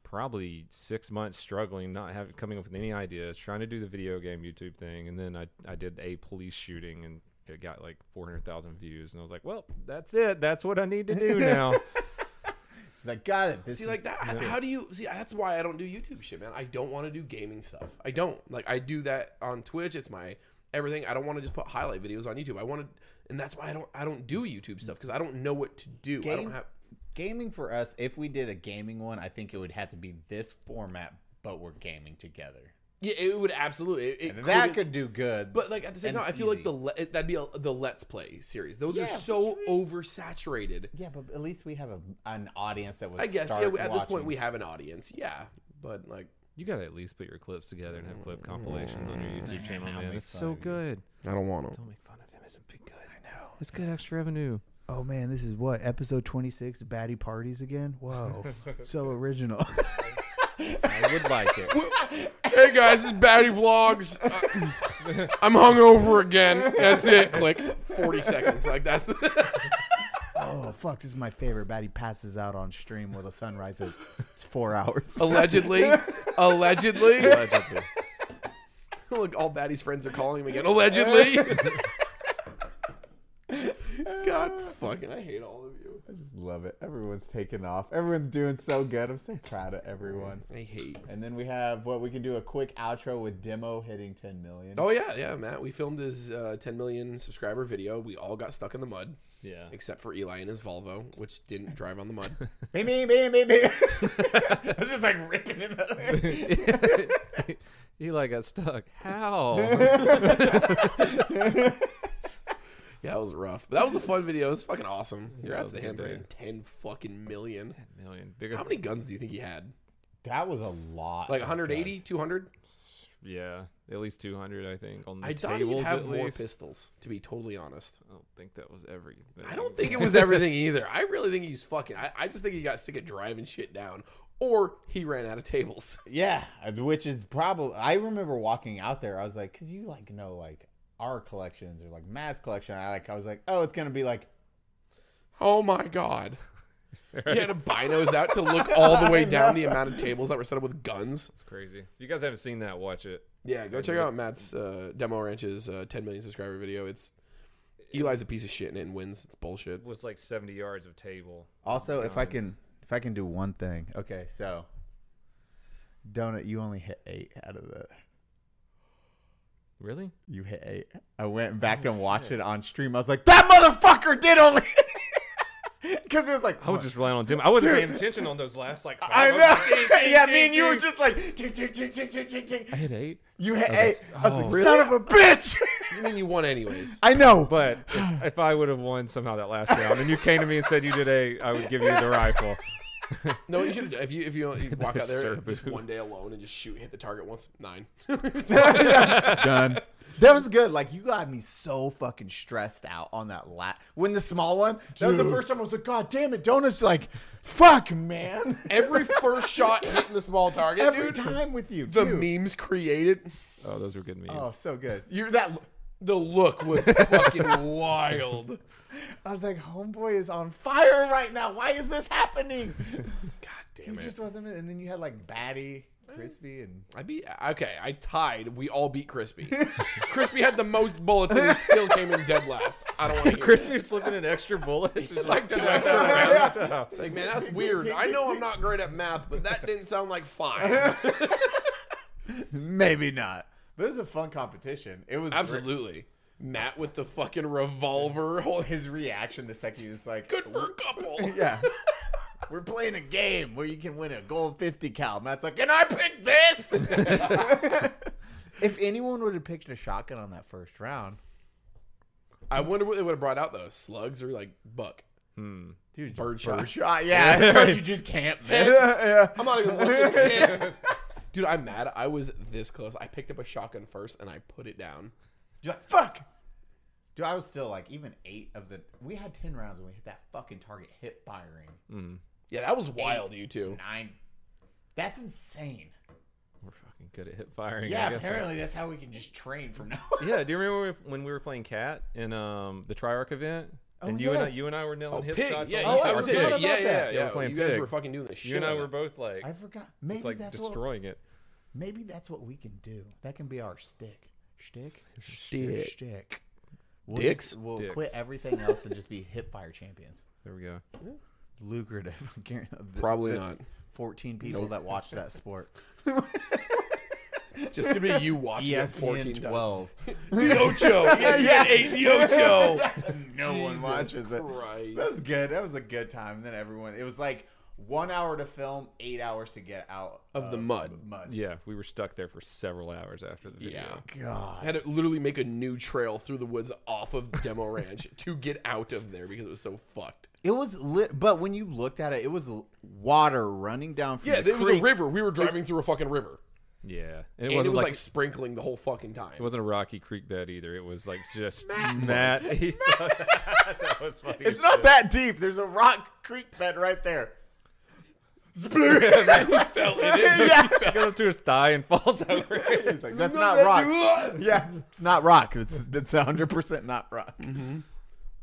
B: probably 6 months struggling, not having coming up with any ideas, trying to do the video game YouTube thing and then I I did a police shooting and it got like 400,000 views and I was like, "Well, that's it. That's what I need to do now."
D: It's like, got it. This
A: see,
D: is,
A: like that. How do you see? That's why I don't do YouTube shit, man. I don't want to do gaming stuff. I don't like. I do that on Twitch. It's my everything. I don't want to just put highlight videos on YouTube. I want to, and that's why I don't. I don't do YouTube stuff because I don't know what to do. I
D: Game-
A: don't have.
D: gaming for us. If we did a gaming one, I think it would have to be this format, but we're gaming together.
A: Yeah, it would absolutely. It, it
D: that
A: couldn't-
D: could do good.
A: But like at the same
D: and
A: time, I
D: it's
A: feel like
D: easy.
A: the le- it- that'd be a, the Let's Play series. Those
D: Yeah,
A: are
D: for
A: so oversaturated.
D: yeah, but at least we have a, an audience that was.
A: I guess yeah. we- At this point, we have an audience. Yeah, but like
B: You gotta at least put your clips together and have clip compilations on your YouTube channel,
D: I'll
B: man.
D: make
B: It's
D: fun
B: so
D: of you.
B: good.
A: I don't want to.
B: Don't make fun of him. It's big good. I know. It's good extra revenue.
H: Oh man, this is what episode twenty six, baddie parties again.
A: [LAUGHS]
H: Whoa, so original. [LAUGHS]
D: I would like it.
A: Hey guys, it's Batty
D: [LAUGHS]
A: Vlogs. Uh, I'm hungover again. That's it. Click. Forty seconds. Like that's. [LAUGHS]
H: oh fuck, this is my favorite. Baddie passes out on stream while the sun rises. It's four hours.
A: Allegedly, allegedly, [LAUGHS] Look, all Batty's friends are calling him again. Allegedly.
D: [LAUGHS]
A: God fucking, I hate all of you.
D: I just love it. Everyone's taking off. Everyone's doing so good. I'm so proud of everyone.
A: I hate.
D: And then we have what we can do a quick outro with demo hitting 10 million.
A: Oh yeah, yeah, Matt. We filmed his uh, 10 million subscriber video. We all got stuck in the mud,
B: Yeah.
A: except for Eli and his Volvo, which didn't drive on the
B: [LAUGHS]
A: mud.
D: Beep, beep, beep, beep, beep. I was just like ripping it up.
B: Eli got stuck. [LAUGHS] How?
A: yeah, that was rough. But that was a fun video. It was fucking awesome. Congrats
B: was
A: to
B: a
A: him
B: good
A: man. 10 fucking million.
B: Million. Biggest.
A: How many guns do you think he had?
D: That was a lot.
A: Like
D: of
A: 180,
D: guns.
A: 200?
B: Yeah. At least 200, I think. On the
A: I thought
B: tables,
A: he'd have
B: at
A: more
B: least.
A: pistols, to be totally honest.
B: I don't think that was everything.
A: I don't think it was
B: [LAUGHS]
A: everything either. I really think he's fucking. I, I just think he got sick of driving shit down, or he ran out of tables.
D: Yeah, which is probably. I remember walking out there. I was like, because you like know like our collections or like Matt's collection. I like. I was like, oh, it's gonna be like
A: Oh my god. He had a binos out to look all the way down the amount of tables that were set up with guns.
B: It's crazy. If you guys haven't seen that, watch it.
A: Yeah, go check out Matt's uh, Demo Ranch's uh, 10 million subscriber video. It's Eli's a piece of shit and it wins. It's bullshit.
B: It was like 70 yards of table.
D: Also, if I
B: Guns.
D: can, if I can do one thing. Okay, so donut, you only hit eight out of the.
B: Really?
D: You hit eight. I went back and watched it on stream. I was like, that motherfucker did only. [LAUGHS] Because it was like.
B: I was just relying on dim. I wasn't paying attention on those last like. Five.
D: I
B: was like,
D: know. yeah, me and you were just like, ching, ching, ching, ching, ching, ching, ching.
B: I hit eight.
D: You hit
B: that's-
D: eight. I was
B: oh.
D: like, son of a bitch. [LAUGHS]
A: You mean you won anyways?
D: I know. But
B: But if, if I would have won somehow that last round, and you came to me and said you did a, I would give you the rifle.
A: No, you should if you if you, you walk out there
B: Sir,
A: just
B: boo.
A: one day alone and just shoot hit the target once nine.
D: [LAUGHS]
A: [LAUGHS]
D: done. That was good. Like you got me so fucking stressed out on that lat. When the small one, that was the first time I was like, God damn it, Donut's like, fuck, man.
A: Every first shot hitting the small target,
D: [LAUGHS] Every
A: dude.
D: time with you,
A: The
D: too.
A: memes created.
B: Oh, those were good memes. [LAUGHS]
D: Oh, so good. You're that.
A: The look was fucking wild.
D: I was like, homeboy is on fire right now. Why is this happening?
A: God
D: he
A: damn it. Eh.
D: just wasn't. And then you had like Batty, Crispy, and
A: I beat. Okay, I tied. We all beat Crispy. Crispy had the most bullets, and he still came in dead last. I don't want to hear.
B: Crispy was slipping in extra bullets. He's
A: like
B: like,
A: two
B: "Dude,
A: extra
B: I
A: rounds.
B: don't know."
A: It's like, man, that's weird. I know I'm not great at math, but that didn't sound like fine.
D: maybe not. But it was a fun competition. It was
A: Absolutely. Matt with the fucking
D: [LAUGHS]
A: revolver. Hold his.
D: his reaction the second he was like,
A: Good for a couple.
D: Yeah. [LAUGHS] We're playing a game where you can win a gold 50 cal. Matt's like, and I
A: [LAUGHS]
D: picked this. if anyone would have picked a shotgun on that first round,
A: I wonder what they would have brought out though. Slugs or like buck.
D: Hmm. dude,
A: Birdshot.
D: shot.
A: [LAUGHS]
D: Yeah, that's what you just can't miss. [LAUGHS] yeah,
A: I'm not even looking. Dude, I'm mad. I was this close. I picked up a shotgun first, and I put it down.
D: You're like, fuck. Dude, I was still like even eight of the. We had ten rounds when we hit that fucking target hit firing.
A: Yeah, that was wild,
D: Eight
A: you two.
D: to Nine. That's insane.
B: We're fucking good at hip firing.
D: Yeah,
B: I guess.
D: apparently that's how we can just train from [LAUGHS] now. on.
B: Yeah, do you remember when we- when we were playing cat in um the Triarch event?
D: Oh,
B: and you and I,
D: yes.
B: you and I were nailing
A: Oh,
B: hip
A: pig.
B: shots.
A: Yeah,
B: all
A: you-
B: the
A: I
B: time.
A: was
B: Pig.
A: saying,
D: about
A: yeah,
D: that.
A: yeah,
B: Yeah, we're
A: yeah.
B: playing
A: you guys
B: pig.
A: were fucking doing this shit.
B: You and I
A: out of
B: were
A: it.
B: both like
D: I forgot. Maybe
B: it's like
D: that's what.
B: destroying it.
D: Maybe that's what we can do. That can be our stick. Shtick?
A: Shtick.
D: Shtick. We'll
A: Dicks?
D: Just, we'll
B: Dicks.
D: quit everything else and just be [LAUGHS] hip fire champions.
B: There we go.
D: It's lucrative. [LAUGHS] I guarantee- the-
A: Probably
D: the
A: [LAUGHS] not.
D: 14 people that watch that [LAUGHS] sport.
A: It's just gonna be you watching [LAUGHS] it
D: ESPN
A: 14 times. E
D: 12.
A: The Ocho. [LAUGHS] ESPN eight. The Ocho. [LAUGHS]
D: [LAUGHS] No one
A: Jesus
D: watches it.
A: Christ.
D: That was good. That was a good time. Then everyone, it was like one hour to film, eight hours to get out
A: Of the mud.
D: Mud.
B: Yeah, we were stuck there for several hours after the video.
A: Yeah.
D: God.
A: had to literally make a new trail through the woods off of Demo Ranch [LAUGHS] to get out of there because it was so fucked.
D: It was lit, but when you looked at it, it was l- water running down from
A: Yeah,
D: the
A: there was a
D: creek.
A: river. We were driving through a fucking river.
B: Yeah. And it
A: And
B: wasn't
A: it was
B: like,
A: like, sprinkling the whole fucking time.
B: it wasn't a rocky creek bed either. It was like just Matt. [LAUGHS] he thought- that was funny. [LAUGHS]
D: It's not that deep. There's a rock creek bed right there. [LAUGHS]
A: man, he fell in it.
D: yeah,
B: He goes up to his thigh and falls [LAUGHS] over.
D: It's like, that's not rock. Yeah, it's not rock. It's that's 100 percent not rock.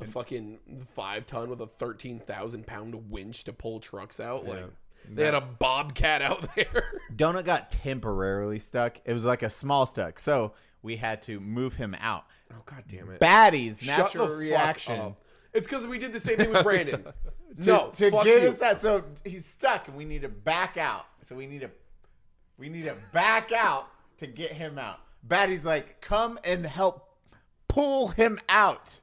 A: A fucking five ton with a 13,000 pound winch to pull trucks out. Like, they had a bobcat out [LAUGHS] there.
D: Donut got temporarily stuck. It was like a small stuck, so we had to move him out.
A: Oh, god damn it.
D: Batty's
A: Shut
D: natural
A: the fuck
D: reaction
A: up. It's because we did the same thing
D: [LAUGHS]
A: with Brandon.
D: to,
A: no,
D: to
A: fuck
D: get
A: you.
D: us that. So he's stuck, and we need to back out. So we need to we need to back out to get him out. Batty's like, come and help pull him out.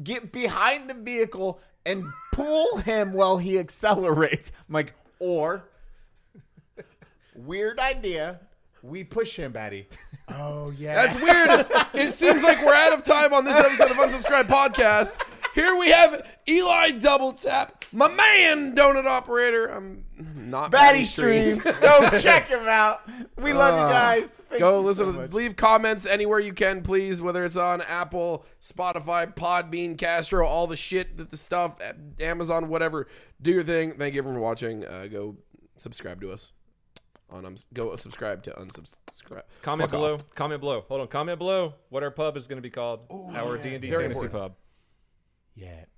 D: Get behind the vehicle and pull him while he accelerates. I'm like, or weird idea. We push him, Batty. Oh yeah.
A: That's weird. it seems like we're out of time on this episode of Unsubscribed Podcast. Here we have Eli Double Tap, my man, Donut Operator. I'm not
D: Batty streams. Go check him out. We love you guys. Thank
A: Uh, Ah. Go
D: you
A: listen
D: so
A: to
D: much.
A: leave comments anywhere you can, please. Whether it's on Apple, Spotify, Podbean, Castro, all the shit that the stuff, Amazon, whatever. Do your thing. Thank you everyone for watching. Uh, go subscribe to us. On um, go subscribe to unsubscribe.
B: Comment
A: Fuck off.
B: below. Comment below. Hold on. Comment below what our pub is going to be called. our D&D
A: Very
B: Fantasy
A: important.
B: Pub.
D: Yeah.